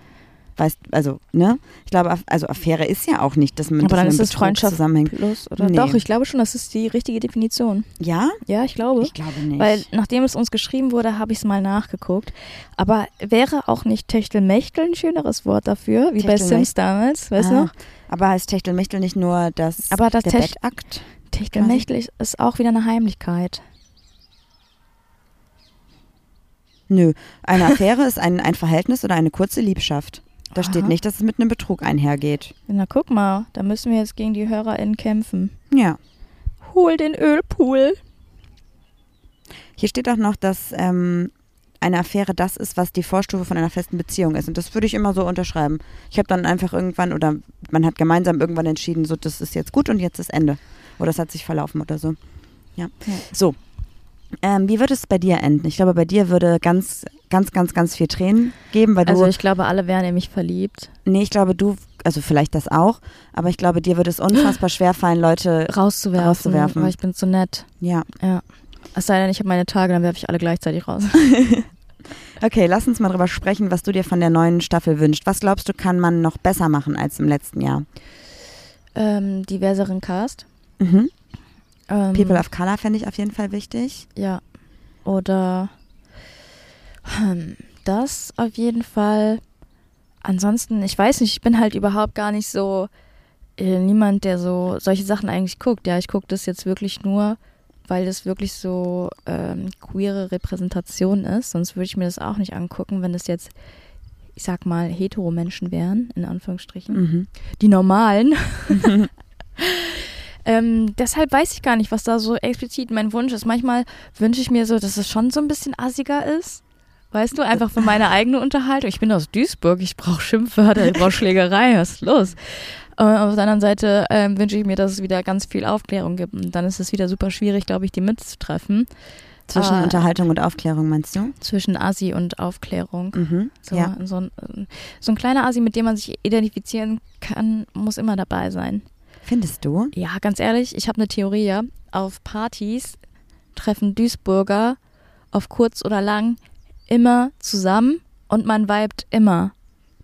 Speaker 2: Weißt also, ne? Ich glaube, Aff- also Affäre ist ja auch nicht, dass man
Speaker 1: Aber
Speaker 2: dass
Speaker 1: dann
Speaker 2: man
Speaker 1: ist
Speaker 2: mit
Speaker 1: es
Speaker 2: Betrug
Speaker 1: Freundschaft.
Speaker 2: zusammenhängt.
Speaker 1: Plus oder?
Speaker 2: Nee.
Speaker 1: Doch, ich glaube schon, das ist die richtige Definition.
Speaker 2: Ja?
Speaker 1: Ja, ich glaube.
Speaker 2: Ich glaube nicht.
Speaker 1: Weil nachdem es uns geschrieben wurde, habe ich es mal nachgeguckt. Aber wäre auch nicht Techtelmechtel ein schöneres Wort dafür, wie bei
Speaker 2: Techtelmechtel.
Speaker 1: Sims damals, weißt
Speaker 2: Ah,
Speaker 1: du?
Speaker 2: Aber heißt Techtelmechtel nicht nur das
Speaker 1: Aber das
Speaker 2: der
Speaker 1: Tech-
Speaker 2: Bettakt?
Speaker 1: Techtelmechtel ist- ist auch wieder eine Heimlichkeit.
Speaker 2: Nö, eine Affäre ist ein, ein Verhältnis oder eine kurze Liebschaft. Da steht
Speaker 1: Aha.
Speaker 2: nicht, dass es mit einem Betrug einhergeht.
Speaker 1: Na guck mal, da müssen wir jetzt gegen die HörerInnen kämpfen.
Speaker 2: Ja.
Speaker 1: Hol den Ölpool.
Speaker 2: Hier steht auch noch, dass ähm, eine Affäre das ist, was die Vorstufe von einer festen Beziehung ist. Und das würde ich immer so unterschreiben. Ich habe dann einfach irgendwann oder man hat gemeinsam irgendwann entschieden, so das ist jetzt gut und jetzt ist Ende. Oder es hat sich verlaufen oder so. Ja.
Speaker 1: Ja.
Speaker 2: So. Ähm, wie wird es bei dir enden? Ich glaube, bei dir würde ganz, ganz, ganz, ganz viel Tränen geben, weil du.
Speaker 1: Also ich glaube, alle wären nämlich verliebt.
Speaker 2: nee, ich glaube, du, also vielleicht das auch, aber ich glaube, dir würde es unfassbar schwer fallen, Leute.
Speaker 1: Rauszuwerfen.
Speaker 2: Rauszuwerfen.
Speaker 1: Weil ich bin so nett.
Speaker 2: Ja.
Speaker 1: Ja. Es sei denn, ich habe meine Tage, dann werfe ich alle gleichzeitig raus.
Speaker 2: Okay, lass uns mal drüber sprechen, was du dir von der neuen Staffel wünschst. Was glaubst du, kann man noch besser machen als im letzten Jahr?
Speaker 1: ähm, diverseren Cast.
Speaker 2: Mhm.
Speaker 1: Ähm,
Speaker 2: People of Color fände ich auf jeden Fall wichtig.
Speaker 1: Ja. Oder hm, das auf jeden Fall. Ansonsten, ich weiß nicht, ich bin halt überhaupt gar nicht so äh, niemand, der so solche Sachen eigentlich guckt. Ja, ich gucke das jetzt wirklich nur, weil das wirklich so ähm, queere Repräsentation ist. Sonst würde ich mir das auch nicht angucken, wenn das jetzt, ich sag mal, hetero Menschen wären, in Anführungsstrichen
Speaker 2: Mhm.
Speaker 1: die normalen. ähm, deshalb weiß ich gar nicht, was da so explizit mein Wunsch ist. Manchmal wünsche ich mir so, dass es schon so ein bisschen assiger ist. Weißt du, einfach für meine eigene Unterhaltung. Ich bin aus Duisburg, ich brauche Schimpfwörter, ich brauche Schlägerei, was ist los? Äh, auf der anderen Seite ähm, wünsche ich mir, dass es wieder ganz viel Aufklärung gibt. Und dann ist es wieder super schwierig, glaube ich, die mitzutreffen.
Speaker 2: Zwischen
Speaker 1: Ah.
Speaker 2: Unterhaltung und Aufklärung, meinst du?
Speaker 1: Zwischen Assi und Aufklärung.
Speaker 2: Mhm.
Speaker 1: So,
Speaker 2: Ja.
Speaker 1: so, ein, so ein kleiner Asi, mit dem man sich identifizieren kann, muss immer dabei sein.
Speaker 2: Findest du?
Speaker 1: Ja, ganz ehrlich, ich habe eine Theorie. ja. Auf Partys treffen Duisburger auf kurz oder lang immer zusammen und man vibet immer.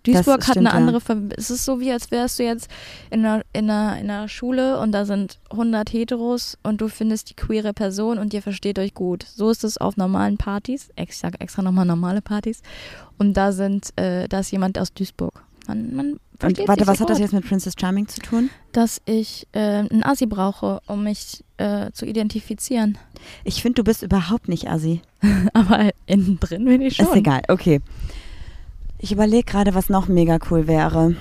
Speaker 1: Duisburg
Speaker 2: Das
Speaker 1: hat
Speaker 2: stimmt,
Speaker 1: eine
Speaker 2: ja.
Speaker 1: andere Verbindung. Es ist so wie, als wärst du jetzt in einer, in, einer, in einer Schule und da sind 100 Heteros und du findest die queere Person und ihr versteht euch gut. So ist es auf normalen Partys. Ich sage extra nochmal normale Partys. Und da sind, äh, da ist jemand aus Duisburg. Man, man
Speaker 2: Und
Speaker 1: versteht
Speaker 2: warte,
Speaker 1: sich
Speaker 2: was hat das
Speaker 1: sofort
Speaker 2: jetzt mit Princess Charming zu tun?
Speaker 1: dass ich äh, einen Asi brauche, um mich äh, zu identifizieren.
Speaker 2: Ich finde, du bist überhaupt nicht assi.
Speaker 1: Aber innen drin bin ich schon.
Speaker 2: Ist egal, okay. Ich überlege gerade, was noch mega cool wäre.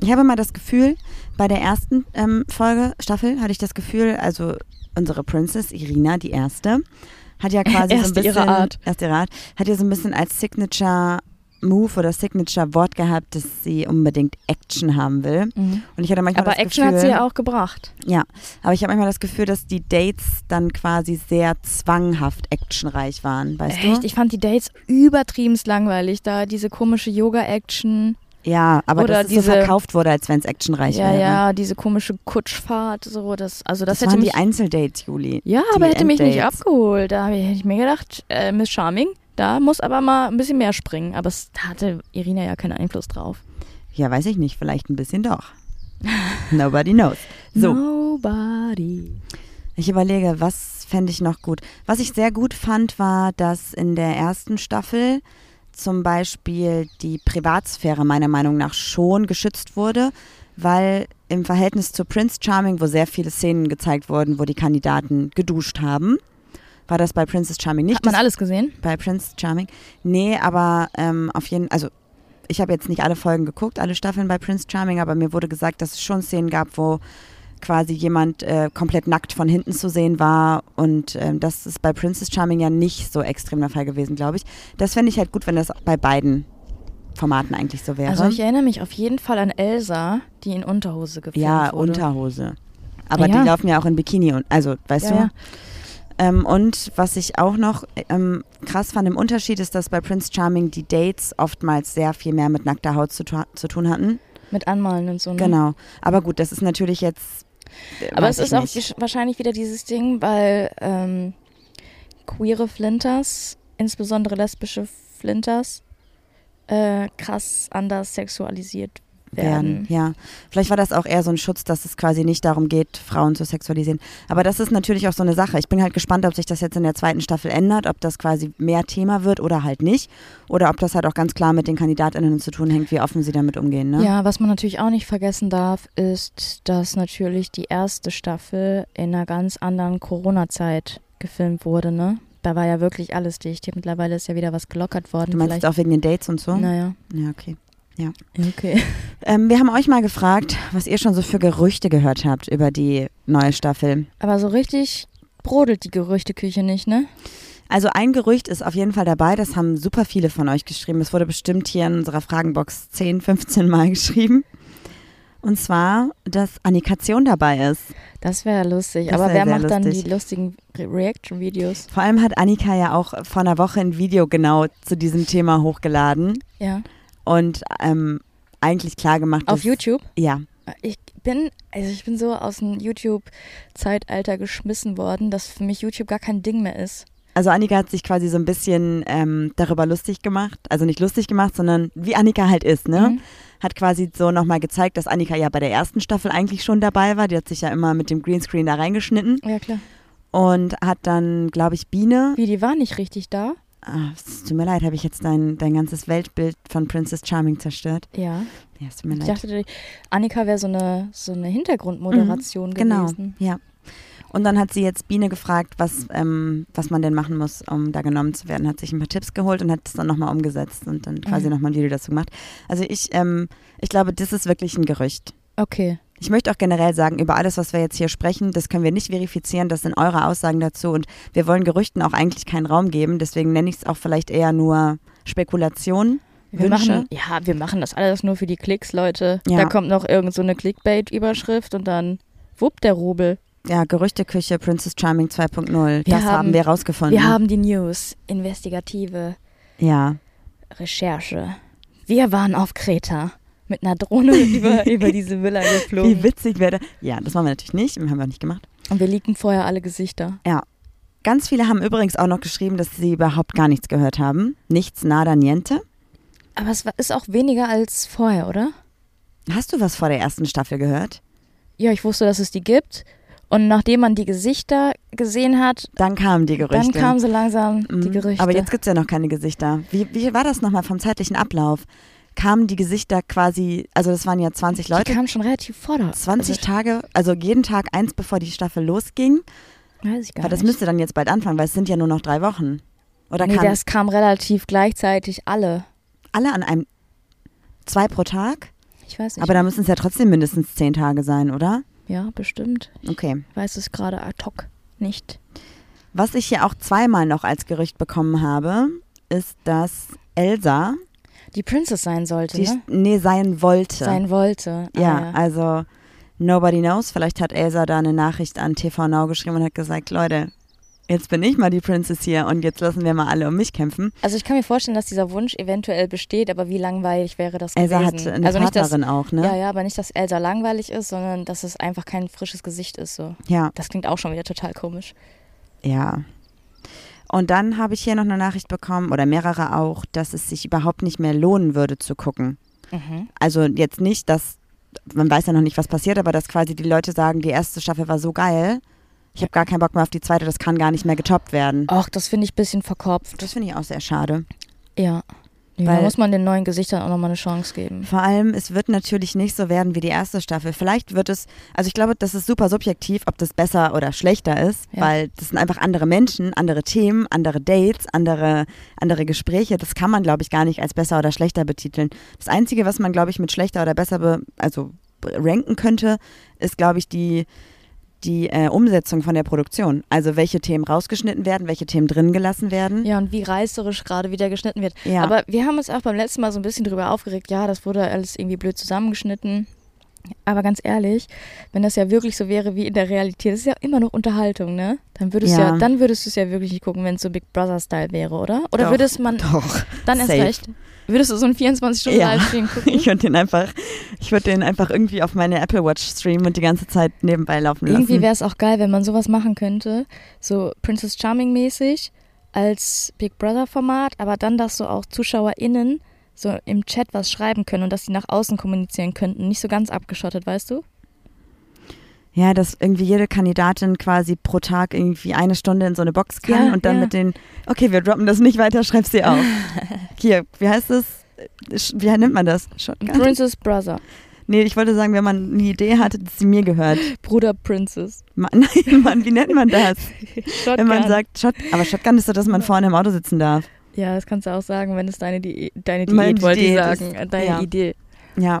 Speaker 2: Ich habe mal das Gefühl, bei der ersten ähm, Folge, Staffel, hatte ich das Gefühl, also unsere Princess Irina, die erste, hat ja quasi so ein
Speaker 1: Erste
Speaker 2: bisschen.
Speaker 1: ihrer Art.
Speaker 2: Erste ihrer Art. Hat ja so ein bisschen als Signature Move oder Signature Wort gehabt, dass sie unbedingt Action haben will.
Speaker 1: Mhm.
Speaker 2: Und ich hatte manchmal
Speaker 1: Aber
Speaker 2: das
Speaker 1: Action
Speaker 2: Gefühl,
Speaker 1: hat sie ja auch gebracht.
Speaker 2: Ja, aber ich habe manchmal das Gefühl, dass die Dates dann quasi sehr zwanghaft actionreich waren, weißt
Speaker 1: Echt,
Speaker 2: du?
Speaker 1: ich fand die Dates übertrieben langweilig, da diese komische Yoga-Action,
Speaker 2: Ja, aber
Speaker 1: Oder
Speaker 2: dass es so
Speaker 1: diese-
Speaker 2: verkauft wurde, als wenn es actionreich
Speaker 1: ja,
Speaker 2: wäre.
Speaker 1: ja, diese komische Kutschfahrt, so, das, also das,
Speaker 2: Das,
Speaker 1: hätte
Speaker 2: waren
Speaker 1: mich,
Speaker 2: die Einzeldates, Juli.
Speaker 1: ja, aber
Speaker 2: die
Speaker 1: hätte mich nicht
Speaker 2: Enddates.
Speaker 1: abgeholt. Da hab ich- hätte ich mir gedacht, äh, Miss Charming, da muss aber mal ein bisschen mehr springen. Aber es da hatte Irina ja keinen Einfluss drauf.
Speaker 2: Ja, weiß ich nicht, vielleicht ein bisschen doch. Nobody knows. So,
Speaker 1: Nobody.
Speaker 2: ich überlege, was fände ich noch gut. Was ich sehr gut fand, war, dass in der ersten Staffel zum Beispiel die Privatsphäre meiner Meinung nach schon geschützt wurde, weil im Verhältnis zu Prince Charming, wo sehr viele Szenen gezeigt wurden, wo die Kandidaten geduscht haben, war das bei Princess Charming nicht
Speaker 1: Hat man
Speaker 2: das-
Speaker 1: alles gesehen?
Speaker 2: bei Prince Charming. Nee, aber ähm, auf jeden also ich habe jetzt nicht alle Folgen geguckt, alle Staffeln bei Prince Charming, aber mir wurde gesagt, dass es schon Szenen gab, wo quasi jemand äh, komplett nackt von hinten zu sehen war und ähm, das ist bei Princess Charming ja nicht so extrem der Fall gewesen, glaube ich. Das fände ich halt gut, wenn das bei beiden Formaten eigentlich so wäre.
Speaker 1: Also ich erinnere mich auf jeden Fall an Elsa, die in Unterhose gefilmt
Speaker 2: ja,
Speaker 1: wurde.
Speaker 2: Unterhose. Aber
Speaker 1: Ah Ja.
Speaker 2: die laufen ja auch in Bikini und also, weißt
Speaker 1: Ja,
Speaker 2: du?
Speaker 1: ja.
Speaker 2: Ähm, und was ich auch noch ähm, krass fand im Unterschied ist, dass bei Prince Charming die Dates oftmals sehr viel mehr mit nackter Haut zu, tu- zu tun hatten.
Speaker 1: Mit Anmalen und so. Ne?
Speaker 2: Genau. Aber gut, das ist natürlich jetzt. äh,
Speaker 1: Aber
Speaker 2: weiß
Speaker 1: es
Speaker 2: ich
Speaker 1: ist auch
Speaker 2: nicht.
Speaker 1: gesch- wahrscheinlich wieder dieses Ding, weil ähm, queere Flinters, insbesondere lesbische Flinters, äh, krass anders sexualisiert werden.
Speaker 2: Ja. Vielleicht war das auch eher so ein Schutz, dass es quasi nicht darum geht, Frauen zu sexualisieren. Aber das ist natürlich auch so eine Sache. Ich bin halt gespannt, ob sich das jetzt in der zweiten Staffel ändert, ob das quasi mehr Thema wird oder halt nicht. Oder ob das halt auch ganz klar mit den KandidatInnen zu tun hängt, wie offen sie damit umgehen. Ne?
Speaker 1: Ja, was man natürlich auch nicht vergessen darf, ist, dass natürlich die erste Staffel in einer ganz anderen Corona-Zeit gefilmt wurde, ne? Da war ja wirklich alles dicht. Mittlerweile ist ja wieder was gelockert worden.
Speaker 2: Du meinst
Speaker 1: Vielleicht,
Speaker 2: auch wegen den Dates und so?
Speaker 1: Naja,
Speaker 2: Ja, okay.
Speaker 1: okay.
Speaker 2: Ähm, wir haben euch mal gefragt, was ihr schon so für Gerüchte gehört habt über die neue Staffel.
Speaker 1: Aber so richtig brodelt die Gerüchteküche nicht, ne?
Speaker 2: Also ein Gerücht ist auf jeden Fall dabei, das haben super viele von euch geschrieben. Es wurde bestimmt hier in unserer Fragenbox 10, 15 Mal geschrieben. Und zwar, dass Annikation dabei ist.
Speaker 1: Das wäre lustig.
Speaker 2: Das
Speaker 1: Aber wer
Speaker 2: wär sehr
Speaker 1: macht dann
Speaker 2: lustig.
Speaker 1: die lustigen Re Reaction-Videos?
Speaker 2: Vor allem hat Annika ja auch vor einer Woche ein Video genau zu diesem Thema hochgeladen
Speaker 1: Ja.
Speaker 2: und ähm, eigentlich klar gemacht.
Speaker 1: Auf
Speaker 2: dass-
Speaker 1: YouTube?
Speaker 2: Ja,
Speaker 1: Ich bin, also ich bin so aus dem YouTube-Zeitalter geschmissen worden, dass für mich YouTube gar kein Ding mehr ist.
Speaker 2: Also Annika hat sich quasi so ein bisschen ähm, darüber lustig gemacht. Also nicht lustig gemacht, sondern wie Annika halt ist, ne?
Speaker 1: Mhm.
Speaker 2: Hat quasi so nochmal gezeigt, dass Annika ja bei der ersten Staffel eigentlich schon dabei war. Die hat sich ja immer mit dem Greenscreen da reingeschnitten
Speaker 1: Ja, klar.
Speaker 2: und hat dann, glaube ich, Biene.
Speaker 1: Wie, die war nicht richtig da?
Speaker 2: Ah, es tut mir leid, habe ich jetzt dein, dein ganzes Weltbild von Princess Charming zerstört.
Speaker 1: Ja.
Speaker 2: Ja, es tut mir
Speaker 1: Ich
Speaker 2: leid.
Speaker 1: dachte, die- Annika wäre so eine, so eine Hintergrundmoderation
Speaker 2: Genau,
Speaker 1: gewesen.
Speaker 2: ja. Und dann hat sie jetzt Biene gefragt, was, ähm, was man denn machen muss, um da genommen zu werden. Hat sich ein paar Tipps geholt und hat es dann nochmal umgesetzt und dann quasi
Speaker 1: Mhm.
Speaker 2: nochmal ein Video dazu gemacht. Also ich, ähm, ich glaube, das ist wirklich ein Gerücht.
Speaker 1: Okay.
Speaker 2: Ich möchte auch generell sagen, über alles, was wir jetzt hier sprechen, das können wir nicht verifizieren. Das sind eure Aussagen dazu und wir wollen Gerüchten auch eigentlich keinen Raum geben. Deswegen nenne ich es auch vielleicht eher nur Spekulationen.
Speaker 1: Wir
Speaker 2: Wünsche?
Speaker 1: machen, ja, wir machen das alles nur für die Klicks, Leute.
Speaker 2: Ja.
Speaker 1: Da kommt noch irgend so eine Clickbait-Überschrift und dann wupp der Rubel.
Speaker 2: Ja, Gerüchteküche, Princess Charming 2.0.
Speaker 1: Wir
Speaker 2: Das haben,
Speaker 1: haben-
Speaker 2: wir rausgefunden.
Speaker 1: Wir haben die News. Investigative
Speaker 2: ja.
Speaker 1: Recherche. Wir waren auf Kreta mit einer Drohne über, über diese Villa
Speaker 2: Wie
Speaker 1: geflogen.
Speaker 2: witzig wäre das? Ja, das machen wir natürlich nicht. Haben wir nicht gemacht.
Speaker 1: Und wir liegen vorher alle Gesichter.
Speaker 2: Ganz viele haben übrigens auch noch geschrieben, dass sie überhaupt gar nichts gehört haben. Nichts, nada, niente.
Speaker 1: Aber es war- ist auch weniger als vorher, oder?
Speaker 2: Hast du was vor der ersten Staffel gehört?
Speaker 1: Ja, ich wusste, dass es die gibt. Und nachdem man die Gesichter gesehen hat,
Speaker 2: Dann kamen die
Speaker 1: dann
Speaker 2: Gerüchte.
Speaker 1: kamen so langsam die
Speaker 2: Mhm.
Speaker 1: Gerüchte.
Speaker 2: Aber jetzt gibt es ja noch keine Gesichter. Wie, wie war das nochmal vom zeitlichen Ablauf? Kamen die Gesichter quasi, also das waren ja 20
Speaker 1: die
Speaker 2: Leute,
Speaker 1: kamen schon relativ vorder.
Speaker 2: 20 Tage, also jeden Tag eins, bevor die Staffel losging.
Speaker 1: Also, weiß ich gar
Speaker 2: Weil das
Speaker 1: nicht.
Speaker 2: müsste dann jetzt bald anfangen, weil es sind ja nur noch drei Wochen. Oder
Speaker 1: nee,
Speaker 2: kamen
Speaker 1: das kam relativ gleichzeitig alle.
Speaker 2: alle an einem, zwei pro Tag?
Speaker 1: Ich weiß nicht.
Speaker 2: Aber da müssen es ja trotzdem mindestens zehn Tage sein, oder?
Speaker 1: ja, bestimmt.
Speaker 2: Okay.
Speaker 1: Ich weiß es gerade ad hoc nicht.
Speaker 2: Was ich hier auch zweimal noch als Gerücht bekommen habe, ist, dass Elsa,
Speaker 1: Die Princess sein sollte,
Speaker 2: die
Speaker 1: ne?
Speaker 2: nee, sein wollte.
Speaker 1: Sein wollte. Ah,
Speaker 2: ja, also nobody knows. Vielleicht hat Elsa da eine Nachricht an TV Now geschrieben und hat gesagt, Leute, jetzt bin ich mal die Princess hier und jetzt lassen wir mal alle um mich kämpfen.
Speaker 1: Also ich kann mir vorstellen, dass dieser Wunsch eventuell besteht, aber wie langweilig wäre das
Speaker 2: Elsa
Speaker 1: gewesen?
Speaker 2: hat eine
Speaker 1: also nicht, dass,
Speaker 2: Partnerin auch, ne?
Speaker 1: Ja, ja, aber nicht, dass Elsa langweilig ist, sondern dass es einfach kein frisches Gesicht ist. So.
Speaker 2: ja.
Speaker 1: Das klingt auch schon wieder total komisch.
Speaker 2: Ja. Und dann habe ich hier noch eine Nachricht bekommen, oder mehrere auch, dass es sich überhaupt nicht mehr lohnen würde zu gucken.
Speaker 1: Mhm.
Speaker 2: Also jetzt nicht, dass, man weiß ja noch nicht, was passiert, aber dass quasi die Leute sagen, die erste Staffel war so geil, ich habe gar keinen Bock mehr auf die zweite, das kann gar nicht mehr getoppt werden.
Speaker 1: Och, das finde ich ein bisschen verkopft.
Speaker 2: Das finde ich auch sehr schade.
Speaker 1: Ja. Nee, da
Speaker 2: Weil-
Speaker 1: muss man den neuen Gesichtern auch nochmal eine Chance geben.
Speaker 2: Vor allem, es wird natürlich nicht so werden wie die erste Staffel. Vielleicht wird es, also ich glaube, das ist super subjektiv, ob das besser oder schlechter ist,
Speaker 1: Ja.
Speaker 2: weil das sind einfach andere Menschen, andere Themen, andere Dates, andere, andere Gespräche. Das kann man, glaube ich, gar nicht als besser oder schlechter betiteln. Das Einzige, was man, glaube ich, mit schlechter oder besser, be, also ranken könnte, ist, glaube ich, die die äh, Umsetzung von der Produktion. Also welche Themen rausgeschnitten werden, welche Themen drin gelassen werden.
Speaker 1: Ja, und wie reißerisch gerade wieder geschnitten wird.
Speaker 2: Mhm. Ja.
Speaker 1: Aber wir haben uns auch beim letzten Mal so ein bisschen drüber aufgeregt. Ja, das wurde alles irgendwie blöd zusammengeschnitten. Aber ganz ehrlich, wenn das ja wirklich so wäre wie in der Realität, das ist ja immer noch Unterhaltung, ne? Dann würdest ja,
Speaker 2: Ja.
Speaker 1: ja dann würdest du es ja wirklich nicht gucken, wenn es so Big Brother Style wäre, oder? Oder
Speaker 2: Doch,
Speaker 1: würdest man
Speaker 2: Doch.
Speaker 1: dann erst
Speaker 2: safe.
Speaker 1: recht würdest du so einen 24 Stunden
Speaker 2: Ja.
Speaker 1: Livestream gucken?
Speaker 2: Ich würde den einfach, ich würde den einfach irgendwie auf meine Apple Watch streamen und die ganze Zeit nebenbei laufen lassen.
Speaker 1: Irgendwie wäre es auch geil, wenn man sowas machen könnte, so Princess Charming mäßig als Big Brother Format, aber dann dass so auch Zuschauerinnen so im Chat was schreiben können und dass sie nach außen kommunizieren könnten, nicht so ganz abgeschottet, weißt du?
Speaker 2: ja, dass irgendwie jede Kandidatin quasi pro Tag irgendwie eine Stunde in so eine Box kann
Speaker 1: Ja,
Speaker 2: und dann
Speaker 1: ja.
Speaker 2: mit den, okay, wir droppen das nicht weiter, schreib sie auf. Hier, wie heißt das? Sch- Wie nennt man das? Shotgun?
Speaker 1: Princess Brother,
Speaker 2: Nee, ich wollte sagen, wenn man eine Idee hatte, dass sie mir gehört.
Speaker 1: Bruder Princess.
Speaker 2: Ma- Nein, Mann, wie nennt man das?
Speaker 1: Shotgun.
Speaker 2: Wenn man sagt, Shot aber Shotgun ist doch, dass man vorne im Auto sitzen darf.
Speaker 1: ja, das kannst du auch sagen, wenn es deine Diät, deine
Speaker 2: Meine
Speaker 1: Diät wollte ich
Speaker 2: Diät ist-
Speaker 1: sagen, äh, deine
Speaker 2: ja.
Speaker 1: Idee.
Speaker 2: Ja.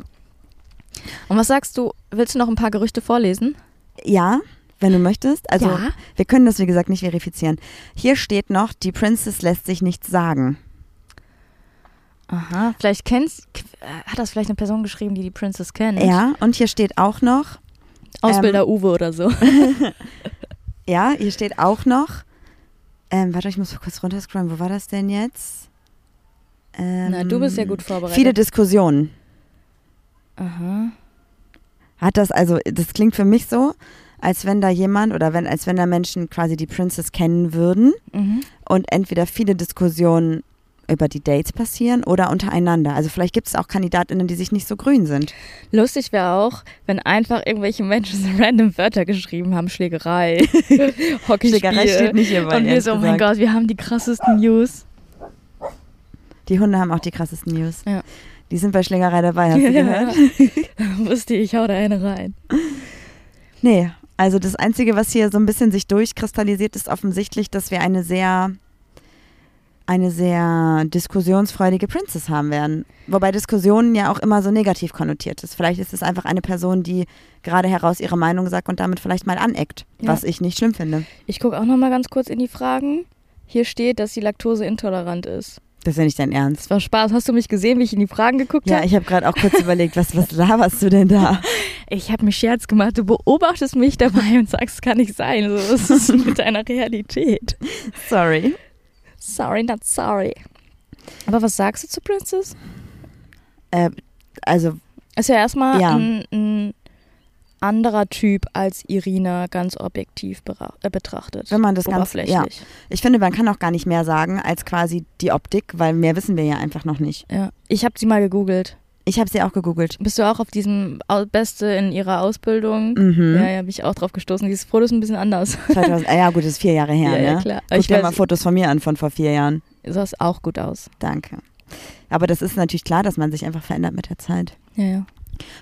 Speaker 1: Und was sagst du? Willst du noch ein paar Gerüchte vorlesen?
Speaker 2: Ja, wenn du möchtest. Also
Speaker 1: Ja.
Speaker 2: wir können das, wie gesagt, nicht verifizieren. Hier steht noch, die Princess lässt sich nichts sagen.
Speaker 1: Aha, vielleicht kennst äh, hat das vielleicht eine Person geschrieben, die die Princess kennt?
Speaker 2: Ja, ähm, und hier steht auch noch,
Speaker 1: Ausbilder Uwe oder so.
Speaker 2: ja, hier steht auch noch, ähm, warte, ich muss kurz runterscrollen, wo war das denn jetzt? Ähm,
Speaker 1: Na, du bist ja gut vorbereitet.
Speaker 2: Viele Diskussionen.
Speaker 1: Aha.
Speaker 2: Hat das, also das klingt für mich so, als wenn da jemand oder wenn, als wenn da Menschen quasi die Princess kennen würden
Speaker 1: Mhm.
Speaker 2: und entweder viele Diskussionen über die Dates passieren oder untereinander. Also vielleicht gibt es auch Kandidatinnen, die sich nicht so grün sind.
Speaker 1: Lustig wäre auch, wenn einfach irgendwelche Menschen so random Wörter geschrieben haben. Schlägerei, Hockeyspiel.
Speaker 2: Schlägerei steht nicht hier bei,
Speaker 1: Und wir
Speaker 2: ehrlich
Speaker 1: so, oh mein
Speaker 2: gesagt.
Speaker 1: Gott, wir haben die krassesten News.
Speaker 2: Die Hunde haben auch die krassesten News.
Speaker 1: Ja.
Speaker 2: Die sind bei Schlägerei dabei, hast du gehört?
Speaker 1: Wusste ich, ich hau da eine rein.
Speaker 2: Nee, also das Einzige, was hier so ein bisschen sich durchkristallisiert, ist offensichtlich, dass wir eine sehr, eine sehr diskussionsfreudige Princess haben werden. Wobei Diskussionen ja auch immer so negativ konnotiert ist. Vielleicht ist es einfach eine Person, die gerade heraus ihre Meinung sagt und damit vielleicht mal aneckt,
Speaker 1: Ja.
Speaker 2: was ich nicht schlimm finde.
Speaker 1: Ich gucke auch noch mal ganz kurz in die Fragen. Hier steht, dass sie laktoseintolerant ist.
Speaker 2: Das ist ja nicht dein Ernst.
Speaker 1: Das war Spaß. Hast du mich gesehen, wie ich in die Fragen geguckt
Speaker 2: Ja,
Speaker 1: habe?
Speaker 2: ich habe gerade auch kurz überlegt, was, was laberst du denn da?
Speaker 1: Ich habe mir Scherz gemacht. Du beobachtest mich dabei und sagst, es kann nicht sein. So, was ist mit deiner Realität?
Speaker 2: Sorry.
Speaker 1: Sorry, not sorry. Aber was sagst du zu Princess?
Speaker 2: Äh, also
Speaker 1: Ist ja erstmal
Speaker 2: Ja.
Speaker 1: ein, ein anderer Typ als Irina ganz objektiv bera- äh, betrachtet.
Speaker 2: Wenn man das ganz-
Speaker 1: oberflächlich.
Speaker 2: Ich finde, man kann auch gar nicht mehr sagen als quasi die Optik, weil mehr wissen wir ja einfach noch nicht.
Speaker 1: Ja. Ich habe sie mal gegoogelt.
Speaker 2: Ich habe sie auch gegoogelt.
Speaker 1: Bist du auch auf diesem Au- Beste in ihrer Ausbildung?
Speaker 2: Mhm.
Speaker 1: Ja, ja, bin ich auch drauf gestoßen. Dieses Foto ist ein bisschen anders.
Speaker 2: 2000, ah ja, gut, das ist vier Jahre her,
Speaker 1: ja,
Speaker 2: ne?
Speaker 1: ja, klar. Aber
Speaker 2: Guck
Speaker 1: ich
Speaker 2: dir mal
Speaker 1: weiß,
Speaker 2: Fotos von mir an von vor vier Jahren.
Speaker 1: sah es auch gut aus.
Speaker 2: Danke. Aber das ist natürlich klar, dass man sich einfach verändert mit der Zeit.
Speaker 1: Ja, ja.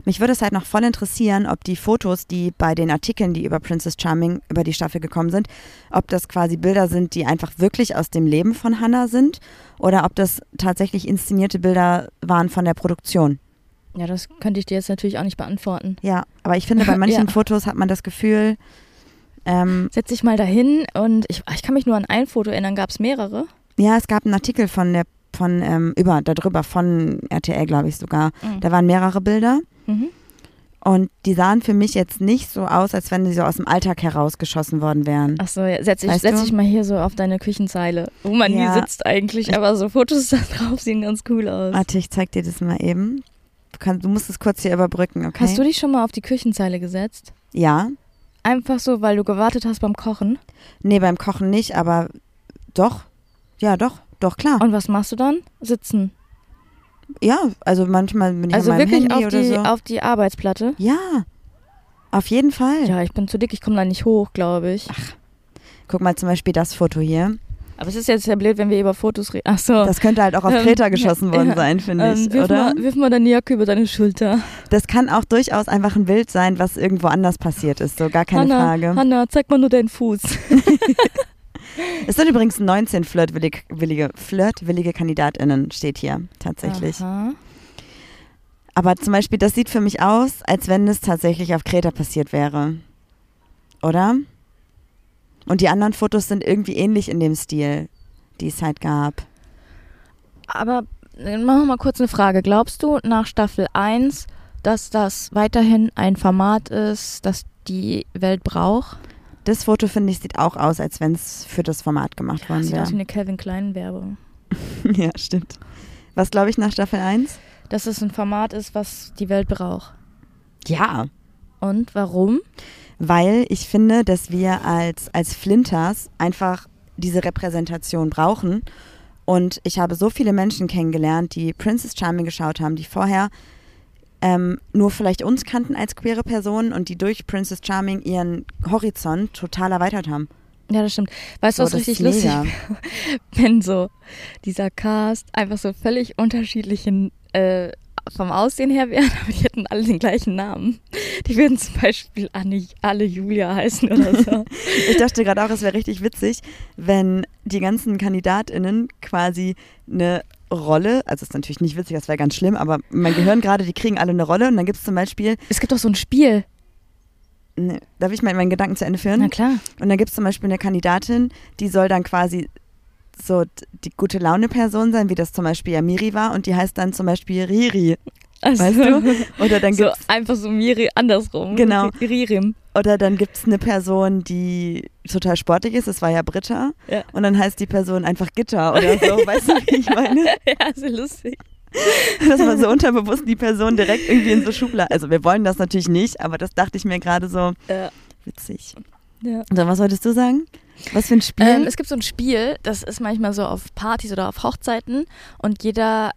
Speaker 2: Mich würde es halt noch voll interessieren, ob die Fotos, die bei den Artikeln, die über Princess Charming über die Staffel gekommen sind, ob das quasi Bilder sind, die einfach wirklich aus dem Leben von Hannah sind oder ob das tatsächlich inszenierte Bilder waren von der Produktion.
Speaker 1: Ja, das könnte ich dir jetzt natürlich auch nicht beantworten.
Speaker 2: Ja, aber ich finde, bei manchen
Speaker 1: Ja.
Speaker 2: Fotos hat man das Gefühl, ähm,
Speaker 1: Setz dich mal dahin und ich, ich kann mich nur an ein Foto erinnern, gab es mehrere.
Speaker 2: ja, es gab einen Artikel von der von ähm, über darüber von RTL, glaube ich sogar.
Speaker 1: Mhm.
Speaker 2: Da waren mehrere Bilder.
Speaker 1: Mhm.
Speaker 2: Und die sahen für mich jetzt nicht so aus, als wenn sie so aus dem Alltag herausgeschossen worden wären.
Speaker 1: Achso, ja, setz, dich,
Speaker 2: Hm. Weißt
Speaker 1: setz
Speaker 2: du?
Speaker 1: dich mal hier so auf deine Küchenzeile, wo man
Speaker 2: Ja.
Speaker 1: nie sitzt eigentlich, aber so Fotos da drauf sehen ganz cool aus.
Speaker 2: Warte, ich zeig dir das mal eben. Du, kannst, du musst es kurz hier überbrücken, okay?
Speaker 1: Hast du dich schon mal auf die Küchenzeile gesetzt?
Speaker 2: Ja.
Speaker 1: Einfach so, weil du gewartet hast beim Kochen.
Speaker 2: Nee, beim Kochen nicht, aber doch. Ja, doch. Doch, klar.
Speaker 1: Und was machst du dann? Sitzen.
Speaker 2: ja, also manchmal bin ich
Speaker 1: also
Speaker 2: an meinem
Speaker 1: wirklich
Speaker 2: Handy
Speaker 1: auf
Speaker 2: oder
Speaker 1: die,
Speaker 2: so.
Speaker 1: auf die Arbeitsplatte.
Speaker 2: ja, auf jeden Fall.
Speaker 1: Ja, ich bin zu dick, ich komme da nicht hoch, glaube ich.
Speaker 2: Guck mal zum Beispiel das Foto hier.
Speaker 1: Aber es ist jetzt ja blöd, wenn wir über Fotos reden. Ach so.
Speaker 2: Das könnte halt auch auf
Speaker 1: Ähm,
Speaker 2: Kreta geschossen worden
Speaker 1: ja,
Speaker 2: sein, finde
Speaker 1: ähm,
Speaker 2: ich,
Speaker 1: wirf,
Speaker 2: oder?
Speaker 1: Mal, wirf mal deine Jacke über deine Schulter.
Speaker 2: Das kann auch durchaus einfach ein Bild sein, was irgendwo anders passiert ist, so gar keine
Speaker 1: Hanna,
Speaker 2: Frage.
Speaker 1: Hanna, zeig mal nur deinen Fuß.
Speaker 2: Es sind übrigens 19 flirtwillig, willige, flirtwillige KandidatInnen, steht hier tatsächlich.
Speaker 1: Aha.
Speaker 2: Aber zum Beispiel, das sieht für mich aus, als wenn es tatsächlich auf Kreta passiert wäre. Oder? Und die anderen Fotos sind irgendwie ähnlich in dem Stil, die es halt gab.
Speaker 1: Aber äh, machen wir mal kurz eine Frage. Glaubst du nach Staffel 1, dass das weiterhin ein Format ist, das die Welt braucht?
Speaker 2: Das Foto, finde ich, sieht auch aus, als wenn es für das Format gemacht worden
Speaker 1: Sieht aus wie
Speaker 2: wäre.
Speaker 1: eine Calvin Klein Werbung.
Speaker 2: ja, stimmt. Was glaube ich nach Staffel 1?
Speaker 1: Dass es ein Format ist, was die Welt braucht.
Speaker 2: Ja.
Speaker 1: Und warum?
Speaker 2: Weil ich finde, dass wir als, als Flinters einfach diese Repräsentation brauchen. Und ich habe so viele Menschen kennengelernt, die Princess Charming geschaut haben, die vorher ähm, nur vielleicht uns kannten als queere Personen und die durch Princess Charming ihren Horizont total erweitert haben.
Speaker 1: Ja, das stimmt. Weißt du, was
Speaker 2: das
Speaker 1: richtig
Speaker 2: ist
Speaker 1: lustig
Speaker 2: mega.
Speaker 1: wenn so dieser Cast einfach so völlig unterschiedlichen äh, vom Aussehen her wären, aber die hätten alle den gleichen Namen. Die würden zum Beispiel Anni, alle Julia heißen oder so.
Speaker 2: Ich dachte gerade auch, es wäre richtig witzig, wenn die ganzen KandidatInnen quasi eine Rolle, also ist natürlich nicht witzig, das wäre ganz schlimm, aber mein Gehirn gerade, die kriegen alle eine Rolle und dann gibt es zum Beispiel,
Speaker 1: es gibt doch so ein Spiel.
Speaker 2: ne, darf ich mal meinen Gedanken zu Ende führen?
Speaker 1: Na klar.
Speaker 2: Und dann gibt es zum Beispiel eine Kandidatin, die soll dann quasi so d- die gute Laune-Person sein, wie das zum Beispiel ja Miri war. Und die heißt dann zum Beispiel Riri.
Speaker 1: Also,
Speaker 2: Weißt du? Oder dann
Speaker 1: So
Speaker 2: gibt's
Speaker 1: einfach so Miri andersrum.
Speaker 2: Genau.
Speaker 1: Ririm.
Speaker 2: oder dann gibt's eine Person, die total sportlich ist. Das war ja Britta.
Speaker 1: Ja.
Speaker 2: Und dann heißt die Person einfach Gitter oder so. weißt du, wie ich meine?
Speaker 1: ja, so lustig.
Speaker 2: Dass man so unterbewusst die Person direkt irgendwie in so Schublade. Also wir wollen das natürlich nicht, aber das dachte ich mir gerade so
Speaker 1: Ja.
Speaker 2: witzig.
Speaker 1: Ja.
Speaker 2: Und dann was wolltest du sagen? Was für ein Spiel?
Speaker 1: Ähm, es gibt so ein Spiel, das ist manchmal so auf Partys oder auf Hochzeiten und jeder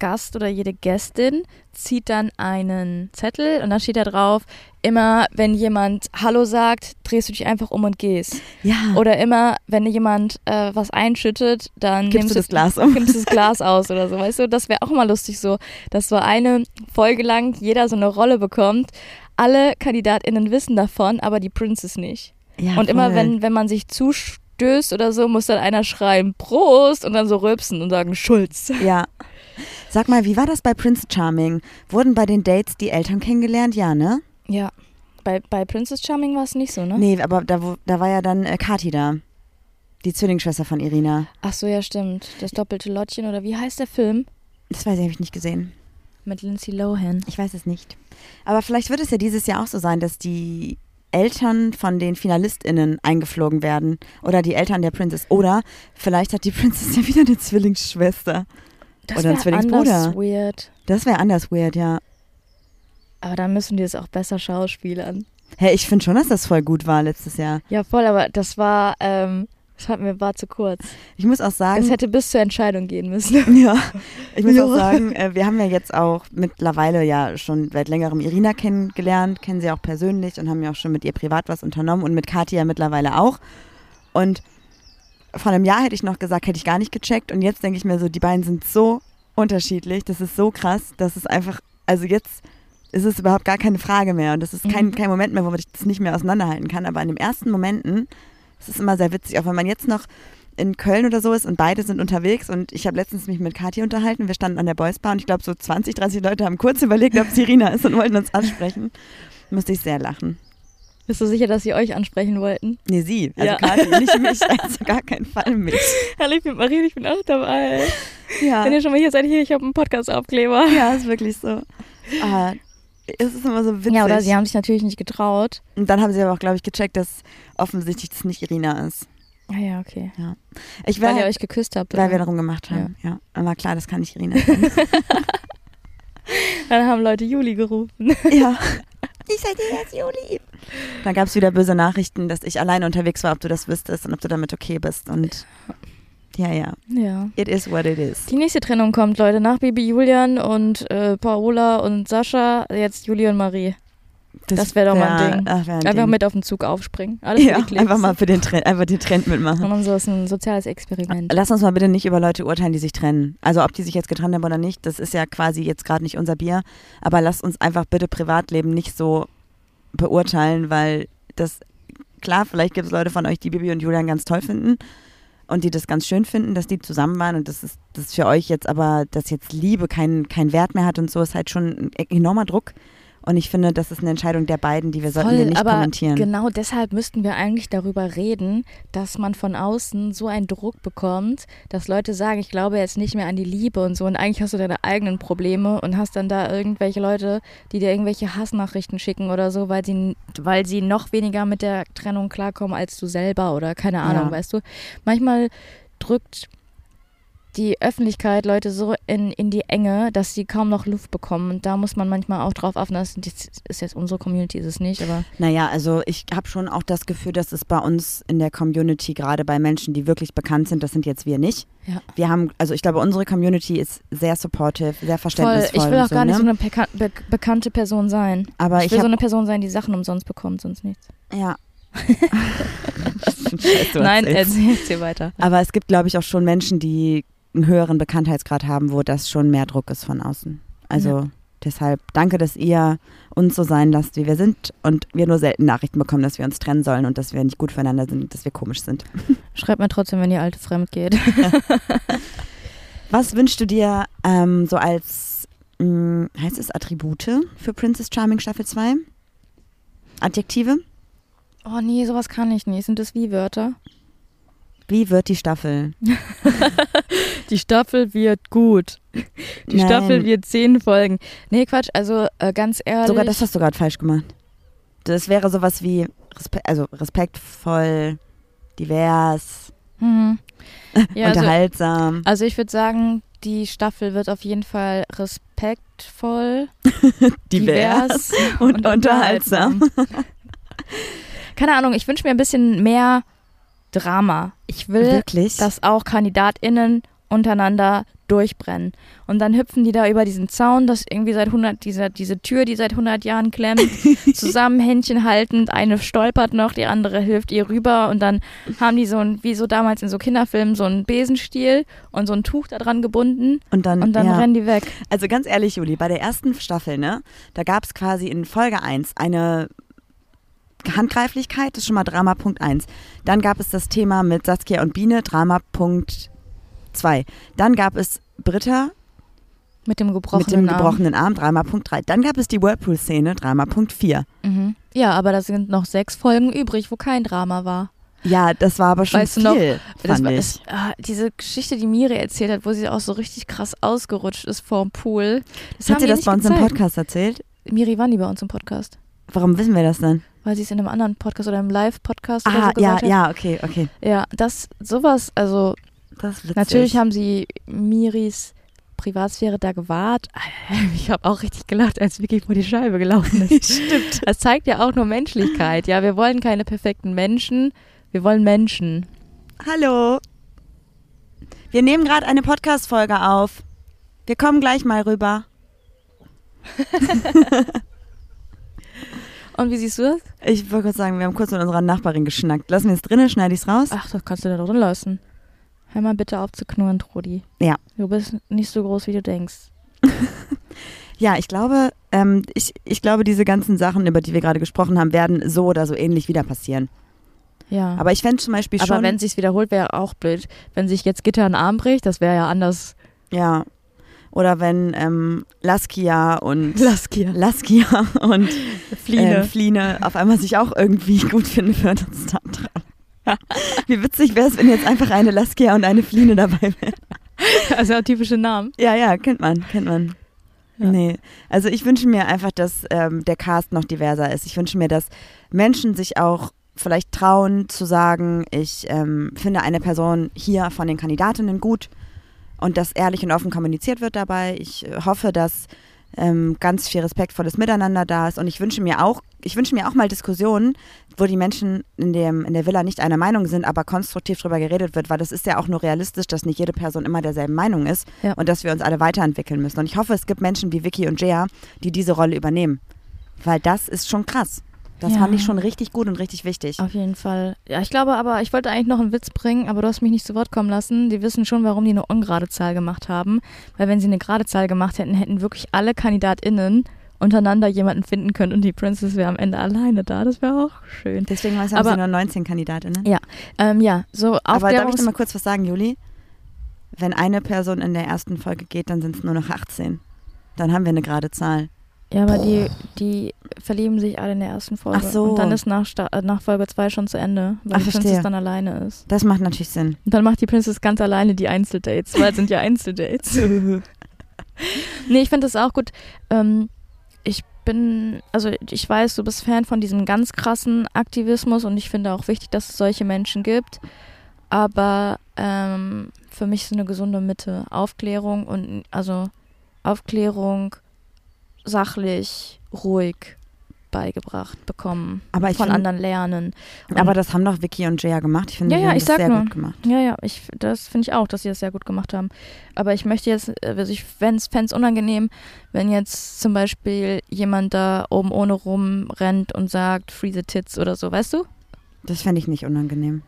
Speaker 1: Gast oder jede Gästin zieht dann einen Zettel und dann steht da drauf, immer wenn jemand Hallo sagt, drehst du dich einfach um und gehst.
Speaker 2: ja.
Speaker 1: Oder immer, wenn jemand äh, was einschüttet, dann
Speaker 2: Gibst
Speaker 1: nimmst
Speaker 2: du das Glas um.
Speaker 1: Nimmst das Glas aus oder so, weißt du? Das wäre auch mal lustig so, dass so eine Folge lang jeder so eine Rolle bekommt. Alle KandidatInnen wissen davon, aber die Princess nicht.
Speaker 2: ja,
Speaker 1: Und immer
Speaker 2: voll.
Speaker 1: wenn, wenn man sich zustößt oder so, muss dann einer schreien, Prost, und dann so rülpsen und sagen, Schulz.
Speaker 2: Ja. Sag mal, wie war das bei Prince Charming? Wurden bei den Dates die Eltern kennengelernt? Ja, ne?
Speaker 1: Ja. Bei, bei Princess Charming war es nicht so, ne?
Speaker 2: Nee, aber da, wo- da war ja dann äh, Kathi da. Die Zwillingsschwester von Irina.
Speaker 1: Ach so, ja, stimmt. Das doppelte Lottchen oder wie heißt der Film?
Speaker 2: Das weiß ich, habe ich nicht gesehen.
Speaker 1: Mit Lindsay Lohan.
Speaker 2: Ich weiß es nicht. Aber vielleicht wird es ja dieses Jahr auch so sein, dass die Eltern von den FinalistInnen eingeflogen werden. Oder die Eltern der Princess. Oder vielleicht hat die Princess ja wieder eine Zwillingsschwester.
Speaker 1: Das
Speaker 2: Oder ein
Speaker 1: wär anders
Speaker 2: Zwillingsbruder.
Speaker 1: weird.
Speaker 2: Das wäre anders weird, ja.
Speaker 1: Aber dann müssen die es auch besser schauspielern.
Speaker 2: Hä, ich finde schon, dass das voll gut war letztes Jahr.
Speaker 1: Ja, voll, aber das war, ähm, das hat mir war zu kurz.
Speaker 2: Ich muss auch sagen,
Speaker 1: Es hätte bis zur Entscheidung gehen müssen.
Speaker 2: Ja, ich muss
Speaker 1: Ja.
Speaker 2: auch sagen, äh, wir haben ja jetzt auch mittlerweile ja schon seit längerem Irina kennengelernt, kennen sie auch persönlich und haben ja auch schon mit ihr privat was unternommen und mit Kathi ja mittlerweile auch. Und vor einem Jahr hätte ich noch gesagt, hätte ich gar nicht gecheckt und jetzt denke ich mir so, die beiden sind so unterschiedlich, das ist so krass, dass es einfach, also jetzt ist es überhaupt gar keine Frage mehr und das ist
Speaker 1: Mhm.
Speaker 2: kein, kein Moment mehr, wo man das nicht mehr auseinanderhalten kann, aber in den ersten Momenten es ist immer sehr witzig, auch wenn man jetzt noch in Köln oder so ist und beide sind unterwegs und ich habe letztens mich mit Kathi unterhalten, wir standen an der Boys Bar und ich glaube so 20, 30 Leute haben kurz überlegt, ob es Irina ist und wollten uns ansprechen. Musste ich sehr lachen.
Speaker 1: Bist du sicher, dass sie euch ansprechen wollten?
Speaker 2: Nee, sie, also
Speaker 1: Ja.
Speaker 2: Kathi, nicht mich, also gar keinen Fall mich.
Speaker 1: Hallo, ich bin Marie, ich bin auch dabei.
Speaker 2: Ja,
Speaker 1: Wenn ihr schon mal hier seid, hier, ich habe einen Podcast-Aufkleber.
Speaker 2: ja ist wirklich so. Aber es ist immer so witzig.
Speaker 1: Ja, oder sie haben sich natürlich nicht getraut.
Speaker 2: und dann haben sie aber auch, glaube ich, gecheckt, dass offensichtlich das nicht Irina ist.
Speaker 1: Ah ja, okay.
Speaker 2: Ich
Speaker 1: Weil
Speaker 2: war,
Speaker 1: ihr euch geküsst habt.
Speaker 2: weil wir
Speaker 1: oder?
Speaker 2: darum gemacht haben. Ja. aber klar, das kann nicht Irina.
Speaker 1: Dann haben Leute Juli gerufen.
Speaker 2: Ja. Ich seid ihr jetzt Juli. Dann gab es wieder böse Nachrichten, dass ich alleine unterwegs war, ob du das wüsstest und ob du damit okay bist. Und ja, ja.
Speaker 1: Ja.
Speaker 2: It is what it is.
Speaker 1: Die nächste Trennung kommt, Leute, nach Baby Julian und äh, Paola und Sascha, jetzt Juli und Marie. Das wär doch mal ein Ding.
Speaker 2: Ach, wär ein
Speaker 1: Einfach
Speaker 2: Ding.
Speaker 1: mit auf den Zug aufspringen. Alles
Speaker 2: ja,
Speaker 1: eklig.
Speaker 2: einfach mal für den Trend, einfach den Trend
Speaker 1: Und
Speaker 2: mitmachen.
Speaker 1: dann so ist ein soziales Experiment.
Speaker 2: Lass uns mal bitte nicht über Leute urteilen, die sich trennen. Also ob die sich jetzt getrennt haben oder nicht, das ist ja quasi jetzt gerade nicht unser Bier. Aber lass uns einfach bitte Privatleben nicht so beurteilen, weil das, klar, vielleicht gibt es Leute von euch, die Bibi und Julian ganz toll finden und die das ganz schön finden, dass die zusammen waren und das ist, das ist für euch jetzt aber, dass jetzt Liebe keinen keinen Wert mehr hat und so, ist halt schon ein enormer Druck. Und ich finde, das ist eine Entscheidung der beiden, die wir sollten wir nicht
Speaker 1: aber
Speaker 2: kommentieren.
Speaker 1: genau deshalb müssten wir eigentlich darüber reden, dass man von außen so einen Druck bekommt, dass Leute sagen, ich glaube jetzt nicht mehr an die Liebe und so. Und eigentlich hast du deine eigenen Probleme und hast dann da irgendwelche Leute, die dir irgendwelche Hassnachrichten schicken oder so, weil sie, weil sie noch weniger mit der Trennung klarkommen als du selber oder keine Ahnung,
Speaker 2: Ja.
Speaker 1: weißt du. Manchmal drückt die Öffentlichkeit Leute so in, in die Enge, dass sie kaum noch Luft bekommen. Und da muss man manchmal auch drauf achten. Das ist ist jetzt unsere Community, ist es nicht, aber
Speaker 2: Naja, also ich habe schon auch das Gefühl, dass es bei uns in der Community, gerade bei Menschen, die wirklich bekannt sind, das sind jetzt wir nicht.
Speaker 1: ja.
Speaker 2: Wir haben, also ich glaube, unsere Community ist sehr supportive, sehr
Speaker 1: Voll,
Speaker 2: verständnisvoll.
Speaker 1: ich will
Speaker 2: und
Speaker 1: auch gar
Speaker 2: so,
Speaker 1: nicht so
Speaker 2: ne?
Speaker 1: eine peka- be bekannte Person sein.
Speaker 2: Aber
Speaker 1: Ich
Speaker 2: ich,
Speaker 1: will so
Speaker 2: hab,
Speaker 1: eine Person sein, die Sachen umsonst bekommt, sonst nichts.
Speaker 2: ja. Scheiße, du
Speaker 1: Nein,
Speaker 2: erzählst.
Speaker 1: erzähl dir weiter.
Speaker 2: Aber es gibt, glaube ich, auch schon Menschen, die einen höheren Bekanntheitsgrad haben, wo das schon mehr Druck ist von außen. Also deshalb danke, dass ihr uns so sein lasst, wie wir sind und wir nur selten Nachrichten bekommen, dass wir uns trennen sollen und dass wir nicht gut voneinander sind, dass wir komisch sind.
Speaker 1: Schreibt mir trotzdem, wenn ihr alte fremd geht.
Speaker 2: Was wünschst du dir ähm, so als, mh, heißt es Attribute für Princess Charming Staffel 2? Adjektive?
Speaker 1: Oh nee, sowas kann ich nicht. Sind das wie Wörter?
Speaker 2: Wie wird die Staffel?
Speaker 1: Die Staffel wird gut.
Speaker 2: Die Nein. Staffel
Speaker 1: wird zehn Folgen. Nee, Quatsch, also äh, ganz ehrlich.
Speaker 2: Sogar das hast du gerade falsch gemacht. Das wäre sowas wie, respe also respektvoll, divers,
Speaker 1: Mhm. Ja, also,
Speaker 2: unterhaltsam.
Speaker 1: also ich würde sagen, die Staffel wird auf jeden Fall respektvoll, divers
Speaker 2: und, unterhaltsam.
Speaker 1: Keine Ahnung, ich wünsche mir ein bisschen mehr Drama. Ich will,
Speaker 2: Wirklich?
Speaker 1: dass auch KandidatInnen untereinander durchbrennen. Und dann hüpfen die da über diesen Zaun, das irgendwie seit 100, diese, diese Tür, die seit 100 Jahren klemmt, zusammen Händchen haltend, eine stolpert noch, die andere hilft ihr rüber und dann haben die so ein, wie so damals in so Kinderfilmen, so einen Besenstiel und so ein Tuch da dran gebunden
Speaker 2: und dann,
Speaker 1: und dann
Speaker 2: Mm, ja.
Speaker 1: rennen die weg.
Speaker 2: Also ganz ehrlich, Juli, bei der ersten Staffel, ne, da gab es quasi in Folge 1 eine Handgreiflichkeit, das ist schon mal Drama Punkt 1. Dann gab es das Thema mit Saskia und Biene, Drama Punkt 2. Dann gab es Britta
Speaker 1: Mit dem gebrochenen
Speaker 2: mit dem
Speaker 1: Arm.
Speaker 2: gebrochenen Arm, Drama Punkt 3. Dann gab es die Whirlpool-Szene, Drama Punkt 4.
Speaker 1: Mhm. Ja, aber da sind noch sechs Folgen übrig, wo kein Drama war.
Speaker 2: Ja, das war aber schon
Speaker 1: Weißt du
Speaker 2: viel,
Speaker 1: noch, Das
Speaker 2: fand
Speaker 1: war-
Speaker 2: ich.
Speaker 1: es- ah, diese Geschichte, die Miri erzählt hat, wo sie auch so richtig krass ausgerutscht ist vorm Pool. Das haben
Speaker 2: Hat
Speaker 1: die
Speaker 2: sie das
Speaker 1: nicht
Speaker 2: bei uns
Speaker 1: gezeigt.
Speaker 2: im Podcast erzählt?
Speaker 1: Miri war nie bei uns im Podcast,
Speaker 2: Warum wissen wir das denn?
Speaker 1: weil sie es in einem anderen Podcast oder im Live-Podcast oder
Speaker 2: Ah,
Speaker 1: so
Speaker 2: ja,
Speaker 1: gesagt hat.
Speaker 2: ja, okay, okay.
Speaker 1: Ja, das sowas, also
Speaker 2: Das ist witzig.
Speaker 1: natürlich haben sie Miris Privatsphäre da gewahrt. Ich habe auch richtig gelacht, als Vicky vor die Scheibe gelaufen ist. Stimmt. Das zeigt ja auch nur Menschlichkeit. Ja, wir wollen keine perfekten Menschen, wir wollen Menschen.
Speaker 2: Hallo. Wir nehmen gerade eine Podcast-Folge auf. Wir kommen gleich mal rüber.
Speaker 1: Und wie siehst du das?
Speaker 2: Ich wollte kurz sagen, wir haben kurz mit unserer Nachbarin geschnackt. Lassen wir es drinnen, schneide ich es raus.
Speaker 1: Ach, das kannst du da drin lassen. Hör mal bitte auf zu knurren, Trudi.
Speaker 2: Ja.
Speaker 1: Du bist nicht so groß, wie du denkst.
Speaker 2: Ja, ich glaube, ähm, ich, ich glaube, diese ganzen Sachen, über die wir gerade gesprochen haben, werden so oder so ähnlich wieder passieren.
Speaker 1: Ja.
Speaker 2: Aber ich fände zum Beispiel
Speaker 1: Ah. Aber
Speaker 2: schon.
Speaker 1: wenn sich's wiederholt, wäre auch blöd. Wenn sich jetzt Gitter einen Arm bricht, das wäre ja anders.
Speaker 2: ja. Oder wenn ähm, Laskia und
Speaker 1: Laskia.
Speaker 2: Laskia und
Speaker 1: Fliehne.
Speaker 2: Ähm, Fliehne auf einmal sich auch irgendwie gut finden für uns da dran. Wie witzig wäre es, wenn jetzt einfach eine Laskia und eine Fliehne dabei wären.
Speaker 1: Also typische Namen.
Speaker 2: Ja, ja, kennt man, kennt man.
Speaker 1: Ja.
Speaker 2: Nee, also ich wünsche mir einfach, dass ähm, der Cast noch diverser ist. Ich wünsche mir, dass Menschen sich auch vielleicht trauen zu sagen, ich ähm, finde eine Person hier von den Kandidatinnen gut und dass ehrlich und offen kommuniziert wird dabei. Ich äh, hoffe, dass ähm, ganz viel respektvolles Miteinander da ist und ich wünsche mir auch, ich wünsche mir auch mal Diskussionen, wo die Menschen in, dem, in der Villa nicht einer Meinung sind, aber konstruktiv drüber geredet wird, weil das ist ja auch nur realistisch, dass nicht jede Person immer derselben Meinung ist
Speaker 1: Ja.
Speaker 2: und dass wir uns alle weiterentwickeln müssen. Und ich hoffe, es gibt Menschen wie Vicky und Jaya, die diese Rolle übernehmen, weil das ist schon krass. Das
Speaker 1: Ja.
Speaker 2: fand ich schon richtig gut und richtig wichtig.
Speaker 1: Auf jeden Fall. Ja, ich glaube aber, ich wollte eigentlich noch einen Witz bringen, aber du hast mich nicht zu Wort kommen lassen. Die wissen schon, warum die eine ungerade Zahl gemacht haben. Weil wenn sie eine gerade Zahl gemacht hätten, hätten wirklich alle KandidatInnen untereinander jemanden finden können und die Princess wäre am Ende alleine da. Das wäre auch schön.
Speaker 2: Deswegen haben aber,
Speaker 1: Aber-
Speaker 2: sie nur 19 Kandidatinnen.
Speaker 1: Ja, ähm, ja, so
Speaker 2: Aber darf ich noch
Speaker 1: Aufklärungs-
Speaker 2: mal kurz was sagen, Juli? Wenn eine Person in der ersten Folge geht, dann sind es nur noch 18. Dann haben wir eine gerade Zahl.
Speaker 1: Ja, aber die, die verlieben sich alle in der ersten Folge.
Speaker 2: Ach so.
Speaker 1: Und dann ist nach, Sta- äh, nach Folge 2 schon zu Ende, weil
Speaker 2: Ach,
Speaker 1: die
Speaker 2: verstehe.
Speaker 1: Princess dann alleine ist.
Speaker 2: Das macht natürlich Sinn.
Speaker 1: Und dann macht die Princess ganz alleine die Einzeldates, weil es sind ja Einzeldates. nee, ich finde das auch gut. Ähm, ich bin, also ich weiß, du bist Fan von diesem ganz krassen Aktivismus und ich finde auch wichtig, dass es solche Menschen gibt. Aber ähm, für mich ist eine gesunde Mitte. Aufklärung und, also Aufklärung sachlich, ruhig beigebracht bekommen.
Speaker 2: Aber ich
Speaker 1: Von
Speaker 2: find-
Speaker 1: anderen lernen. Und-
Speaker 2: Aber das haben doch Vicky und Jaya gemacht. Ich finde,
Speaker 1: Ja,
Speaker 2: die
Speaker 1: ja,
Speaker 2: haben
Speaker 1: ich
Speaker 2: das
Speaker 1: sag
Speaker 2: sehr
Speaker 1: nur.
Speaker 2: gut gemacht.
Speaker 1: Ja, ja, ich, das finde ich auch, dass sie das sehr gut gemacht haben. Aber ich möchte jetzt, äh, also ich fände es unangenehm, wenn jetzt zum Beispiel jemand da oben ohne rumrennt und sagt, free the tits oder so, weißt du?
Speaker 2: Das fände ich nicht unangenehm.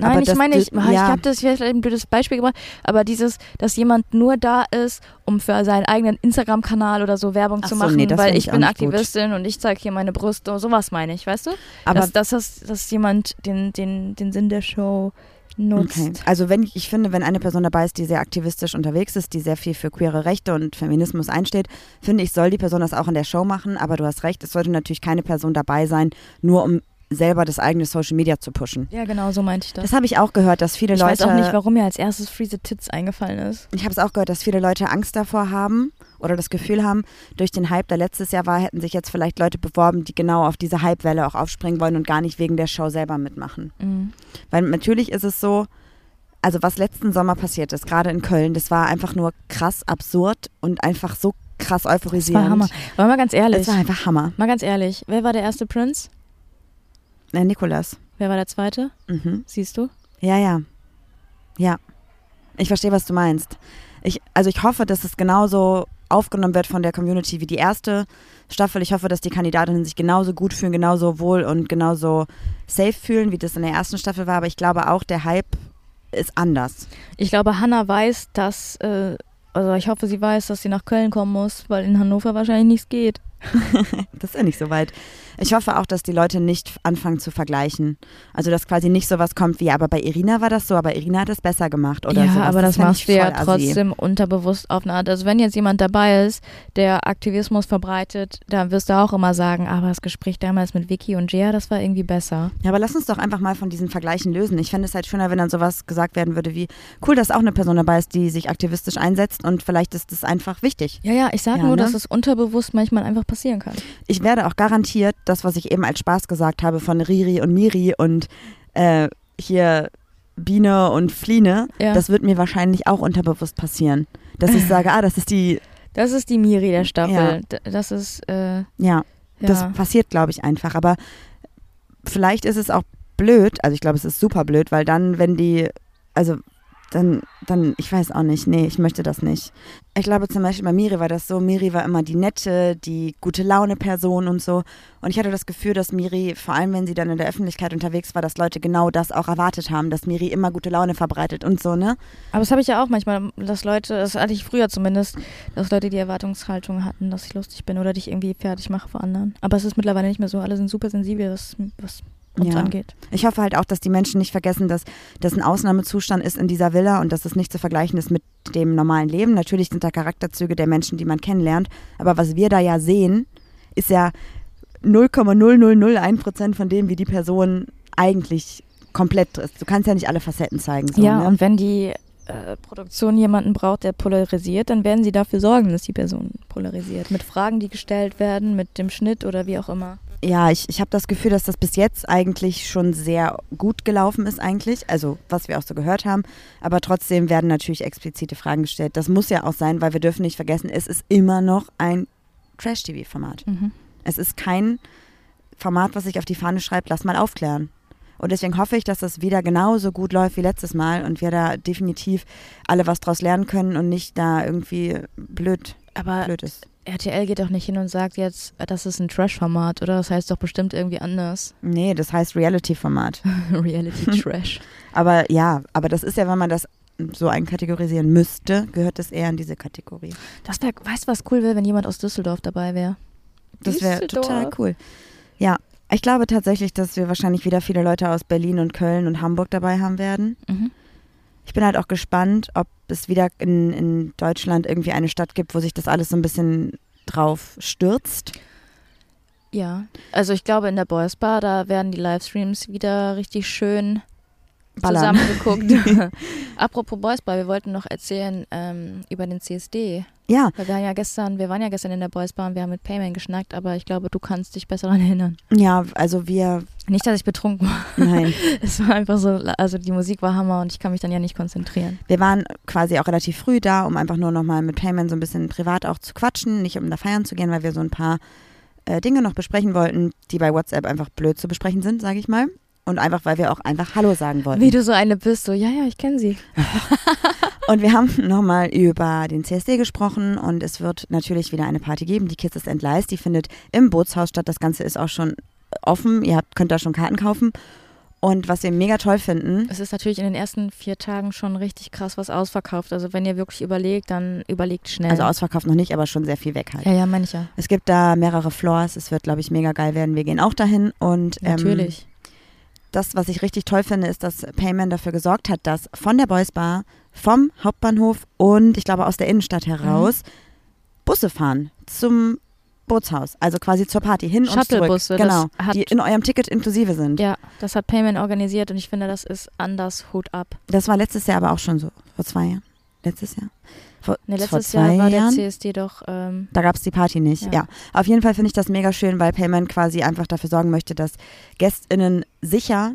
Speaker 1: Nein,
Speaker 2: Aber
Speaker 1: ich
Speaker 2: das-
Speaker 1: meine, ich,
Speaker 2: das-
Speaker 1: ah, ich
Speaker 2: ja.
Speaker 1: habe das vielleicht ein blödes Beispiel gebracht, aber dieses, dass jemand nur da ist, um für seinen eigenen Instagram-Kanal oder so Werbung
Speaker 2: Ach
Speaker 1: zu
Speaker 2: so,
Speaker 1: machen,
Speaker 2: nee, das
Speaker 1: weil
Speaker 2: find
Speaker 1: ich
Speaker 2: ich auch
Speaker 1: bin
Speaker 2: nicht gut.
Speaker 1: Aktivistin und ich zeige hier meine Brust, oh, sowas meine ich, weißt du?
Speaker 2: Aber
Speaker 1: dass, dass, das- dass jemand den, den, den Sinn der Show nutzt.
Speaker 2: Okay. Also wenn ich finde, wenn eine Person dabei ist, die sehr aktivistisch unterwegs ist, die sehr viel für queere Rechte und Feminismus einsteht, finde ich, soll die Person das auch in der Show machen. Aber du hast recht, es sollte natürlich keine Person dabei sein, nur um selber das eigene Social Media zu pushen.
Speaker 1: Ja, genau, so meinte ich das.
Speaker 2: Das habe ich auch gehört, dass viele
Speaker 1: Ich
Speaker 2: Leute.
Speaker 1: weiß auch nicht, warum mir als erstes Freeze Tits eingefallen ist.
Speaker 2: ich habe es auch gehört, dass viele Leute Angst davor haben oder das Gefühl haben, durch den Hype, der letztes Jahr war, hätten sich jetzt vielleicht Leute beworben, die genau auf diese Hypewelle auch aufspringen wollen und gar nicht wegen der Show selber mitmachen. Weil natürlich ist es so, also was letzten Sommer passiert ist, gerade in Köln, das war einfach nur krass absurd und einfach so
Speaker 1: Das
Speaker 2: krass
Speaker 1: war
Speaker 2: euphorisierend.
Speaker 1: Hammer. Aber mal ganz ehrlich,
Speaker 2: Es war halt einfach Hammer.
Speaker 1: mal ganz ehrlich, wer war der erste Prince?
Speaker 2: Äh, Nikolas.
Speaker 1: Wer war der zweite?
Speaker 2: Mhm.
Speaker 1: Siehst du?
Speaker 2: Ja, ja. Ja. Ich verstehe, was du meinst. Ich, also ich hoffe, dass es genauso aufgenommen wird von der Community wie die erste Staffel. Ich hoffe, dass die Kandidatinnen sich genauso gut fühlen, genauso wohl und genauso safe fühlen, wie das in der ersten Staffel war. Aber ich glaube auch, der Hype ist anders.
Speaker 1: Ich glaube, Hannah weiß, dass, äh, also ich hoffe, sie weiß, dass sie nach Köln kommen muss, weil in Hannover wahrscheinlich nichts geht.
Speaker 2: Das ist ja nicht so weit. Ich hoffe auch, dass die Leute nicht anfangen zu vergleichen. Also, dass quasi nicht sowas kommt wie, aber bei Irina war das so, aber Irina hat es besser gemacht oder
Speaker 1: ja,
Speaker 2: sowas.
Speaker 1: aber das,
Speaker 2: fänd ich
Speaker 1: machst du ja
Speaker 2: voll assi.
Speaker 1: trotzdem unterbewusst auf eine Art. Also wenn jetzt jemand dabei ist, der Aktivismus verbreitet, dann wirst du auch immer sagen, aber das Gespräch damals mit Vicky und Jia, das war irgendwie besser.
Speaker 2: Ja, aber lass uns doch einfach mal von diesen Vergleichen lösen. Ich fände es halt schöner, wenn dann sowas gesagt werden würde wie, cool, dass auch eine Person dabei ist, die sich aktivistisch einsetzt und vielleicht ist das einfach wichtig.
Speaker 1: Ja, ja, ich sage
Speaker 2: Ja,
Speaker 1: nur,
Speaker 2: ne?
Speaker 1: dass es unterbewusst manchmal einfach passieren kann.
Speaker 2: Ich werde auch garantiert das, was ich eben als Spaß gesagt habe von Riri und Miri und äh, hier Biene und Fliene,
Speaker 1: Ja.
Speaker 2: das wird mir wahrscheinlich auch unterbewusst passieren. Dass ich sage, ah, das ist die,
Speaker 1: Das ist die Miri der Staffel.
Speaker 2: Ja.
Speaker 1: D- Das ist, äh, ja.
Speaker 2: ja, das passiert, glaube ich, einfach. Aber vielleicht ist es auch blöd, also ich glaube, es ist super blöd, weil dann, wenn die, also dann, dann, ich weiß auch nicht, nee, ich möchte das nicht. Ich glaube zum Beispiel bei Miri war das so, Miri war immer die nette, die gute Laune Person und so. Und ich hatte das Gefühl, dass Miri, vor allem wenn sie dann in der Öffentlichkeit unterwegs war, dass Leute genau das auch erwartet haben, dass Miri immer gute Laune verbreitet und so, ne?
Speaker 1: Aber das habe ich ja auch manchmal, dass Leute, das hatte ich früher zumindest, dass Leute die Erwartungshaltung hatten, dass ich lustig bin oder dich irgendwie fertig mache vor anderen. Aber es ist mittlerweile nicht mehr so. Alle sind super sensibel, was, was uns
Speaker 2: Ja.
Speaker 1: angeht.
Speaker 2: Ich hoffe halt auch, dass die Menschen nicht vergessen, dass das ein Ausnahmezustand ist in dieser Villa und dass es nicht zu vergleichen ist mit dem normalen Leben. Natürlich sind da Charakterzüge der Menschen, die man kennenlernt, aber was wir da ja sehen, ist ja 0,0001 Prozent von dem, wie die Person eigentlich komplett ist. Du kannst ja nicht alle Facetten zeigen. So,
Speaker 1: ja,
Speaker 2: ne?
Speaker 1: und wenn die äh, Produktion jemanden braucht, der polarisiert, dann werden sie dafür sorgen, dass die Person polarisiert. Mit Fragen, die gestellt werden, mit dem Schnitt oder wie auch immer.
Speaker 2: ja ich, ich habe das Gefühl, dass das bis jetzt eigentlich schon sehr gut gelaufen ist eigentlich. Also was wir auch so gehört haben. Aber trotzdem werden natürlich explizite Fragen gestellt. Das muss ja auch sein, weil wir dürfen nicht vergessen, es ist immer noch ein Trash-TV-Format. Es ist kein Format, was sich auf die Fahne schreibt, lass mal aufklären. Und deswegen hoffe ich, dass das wieder genauso gut läuft wie letztes Mal und wir da definitiv alle was draus lernen können und nicht da irgendwie blöd,
Speaker 1: Aber
Speaker 2: blöd ist.
Speaker 1: RTL geht doch nicht hin und sagt jetzt, äh, das ist ein Trash-Format, oder? Das heißt doch bestimmt irgendwie anders.
Speaker 2: Nee, das heißt Reality-Format.
Speaker 1: Reality-Trash.
Speaker 2: Aber ja, aber das ist ja, wenn man das so einkategorisieren müsste, gehört das eher in diese Kategorie.
Speaker 1: Das wär, weißt du, was cool wäre, wenn jemand aus Düsseldorf dabei wäre?
Speaker 2: Das wäre
Speaker 1: Düsseldorf.
Speaker 2: total cool. Ja, ich glaube tatsächlich, dass wir wahrscheinlich wieder viele Leute aus Berlin und Köln und Hamburg dabei haben werden.
Speaker 1: Mhm.
Speaker 2: Ich bin halt auch gespannt, ob es wieder in, in Deutschland irgendwie eine Stadt gibt, wo sich das alles so ein bisschen drauf stürzt.
Speaker 1: Ja. Also ich glaube, in der Boys Bar, da werden die Livestreams wieder richtig schön
Speaker 2: Ballern.
Speaker 1: zusammengeguckt. Apropos Boys Bar, wir wollten noch erzählen ähm, über den CSD.
Speaker 2: Ja,
Speaker 1: Weil wir haben ja gestern, wir waren ja gestern in der Boys Bar und wir haben mit Payman geschnackt, aber ich glaube, du kannst dich besser daran erinnern.
Speaker 2: ja, also wir,
Speaker 1: Nicht, dass ich betrunken war.
Speaker 2: nein,
Speaker 1: Es war einfach so, also die Musik war Hammer und ich kann mich dann ja nicht konzentrieren.
Speaker 2: wir waren quasi auch relativ früh da, um einfach nur nochmal mit Payman so ein bisschen privat auch zu quatschen, nicht um da feiern zu gehen, weil wir so ein paar äh, Dinge noch besprechen wollten, die bei WhatsApp einfach blöd zu besprechen sind, sage ich mal. Und einfach, weil wir auch einfach Hallo sagen wollten.
Speaker 1: Wie du so eine bist, so, ja, ja, ich kenne sie.
Speaker 2: Und wir haben nochmal über den CSD gesprochen und es wird natürlich wieder eine Party geben. Die Kids ist entgleist, die findet im Bootshaus statt. Das Ganze ist auch schon offen. Ihr habt, könnt da schon Karten kaufen. Und was wir mega toll finden,
Speaker 1: Es ist natürlich in den ersten vier Tagen schon richtig krass was ausverkauft. Also wenn ihr wirklich überlegt, dann überlegt schnell.
Speaker 2: also ausverkauft noch nicht, aber schon sehr viel weg halt.
Speaker 1: ja, ja, meine ich ja.
Speaker 2: Es gibt da mehrere Floors. Es wird, glaube ich, mega geil werden. Wir gehen auch dahin. Und ähm,
Speaker 1: Natürlich.
Speaker 2: das, was ich richtig toll finde, ist, dass Payman dafür gesorgt hat, dass von der Boys Bar, vom Hauptbahnhof und ich glaube aus der Innenstadt heraus
Speaker 1: Mhm.
Speaker 2: Busse fahren zum Bootshaus, also quasi zur Party hin und zurück.
Speaker 1: Shuttlebusse, das
Speaker 2: genau,
Speaker 1: hat-
Speaker 2: die in eurem Ticket inklusive sind.
Speaker 1: ja, das hat Payman organisiert und ich finde, das ist anders Hut ab.
Speaker 2: Das war letztes Jahr aber auch schon so, vor zwei Jahren. Letztes Jahr? Vor,
Speaker 1: Ne,
Speaker 2: vor
Speaker 1: letztes
Speaker 2: zwei
Speaker 1: Jahr war
Speaker 2: Jahren?
Speaker 1: der CSD doch, ähm,
Speaker 2: Da gab es die Party nicht, ja.
Speaker 1: Ja.
Speaker 2: Auf jeden Fall finde ich das mega schön, weil Payman quasi einfach dafür sorgen möchte, dass GästInnen sicher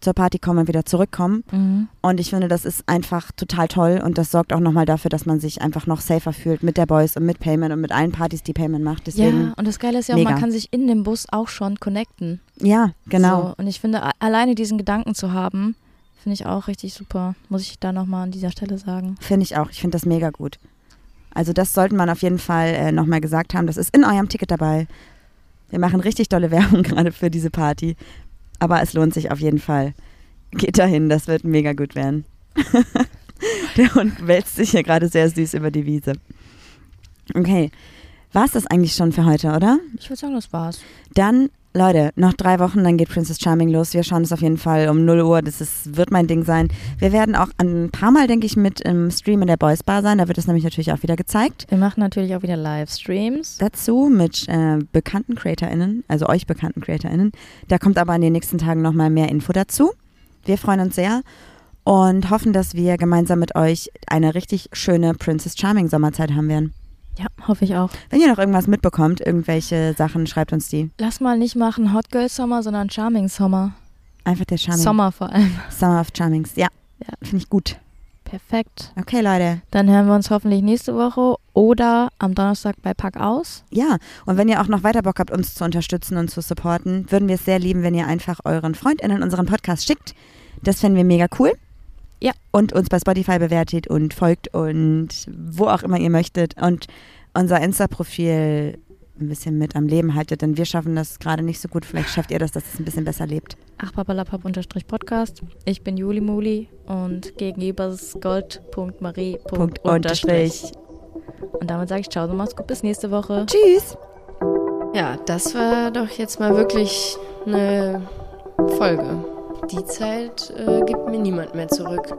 Speaker 2: zur Party kommen und wieder zurückkommen. Und ich finde, das ist einfach total toll und das sorgt auch nochmal dafür, dass man sich einfach noch safer fühlt mit der Boys und mit Payment und mit allen Partys, die Payment macht. Deswegen,
Speaker 1: ja, und das Geile ist ja auch,
Speaker 2: mega.
Speaker 1: man kann sich in dem Bus auch schon connecten.
Speaker 2: ja, genau.
Speaker 1: So, und ich finde, a- alleine diesen Gedanken zu haben, finde ich auch richtig super. Muss ich da nochmal an dieser Stelle sagen.
Speaker 2: Finde ich auch. Ich finde das mega gut. Also das sollte man auf jeden Fall äh, nochmal gesagt haben. Das ist in eurem Ticket dabei. Wir machen richtig dolle Werbung gerade für diese Party. Aber es lohnt sich auf jeden Fall. Geht dahin, das wird mega gut werden. Der Hund wälzt sich hier gerade sehr süß über die Wiese. Okay, war es das eigentlich schon für heute, oder?
Speaker 1: Ich würde sagen, das war's.
Speaker 2: Dann, Leute, noch drei Wochen, dann geht Princess Charming los. Wir schauen es auf jeden Fall um 0 Uhr. Das ist, wird mein Ding sein. Wir werden auch ein paar Mal, denke ich, mit im Stream in der Boys Bar sein. Da wird es nämlich natürlich auch wieder gezeigt.
Speaker 1: Wir machen natürlich auch wieder Livestreams.
Speaker 2: Dazu mit äh, bekannten CreatorInnen, also euch bekannten CreatorInnen. Da kommt aber in den nächsten Tagen nochmal mehr Info dazu. Wir freuen uns sehr und hoffen, dass wir gemeinsam mit euch eine richtig schöne Princess Charming Sommerzeit haben werden.
Speaker 1: Ja, hoffe ich auch.
Speaker 2: Wenn ihr noch irgendwas mitbekommt, irgendwelche Sachen, schreibt uns die.
Speaker 1: Lass mal nicht machen Hot Girl Summer, sondern Charming Summer.
Speaker 2: Einfach der Charming.
Speaker 1: Sommer vor allem.
Speaker 2: Summer of Charmings, ja.
Speaker 1: Ja.
Speaker 2: Finde ich gut.
Speaker 1: Perfekt.
Speaker 2: Okay, Leute.
Speaker 1: Dann hören wir uns hoffentlich nächste Woche oder am Donnerstag bei Pack aus.
Speaker 2: Ja, und wenn ihr auch noch weiter Bock habt, uns zu unterstützen und zu supporten, würden wir es sehr lieben, wenn ihr einfach euren FreundInnen unseren Podcast schickt. Das fänden wir mega cool.
Speaker 1: Ja.
Speaker 2: Und uns bei Spotify bewertet und folgt und wo auch immer ihr möchtet. Und unser Insta-Profil ein bisschen mit am Leben haltet, denn wir schaffen das gerade nicht so gut. Vielleicht schafft ihr das, dass es ein bisschen besser lebt.
Speaker 1: Ach, papalapap unterstrich Podcast. Ich bin Juli Muli und gegenüber ist gold.marie.
Speaker 2: Punkt unterstrich.
Speaker 1: Und damit sage ich Ciao und mach's gut. Bis nächste Woche.
Speaker 2: Tschüss.
Speaker 4: Ja, das war doch jetzt mal wirklich eine Folge. Die Zeit äh, gibt mir niemand mehr zurück.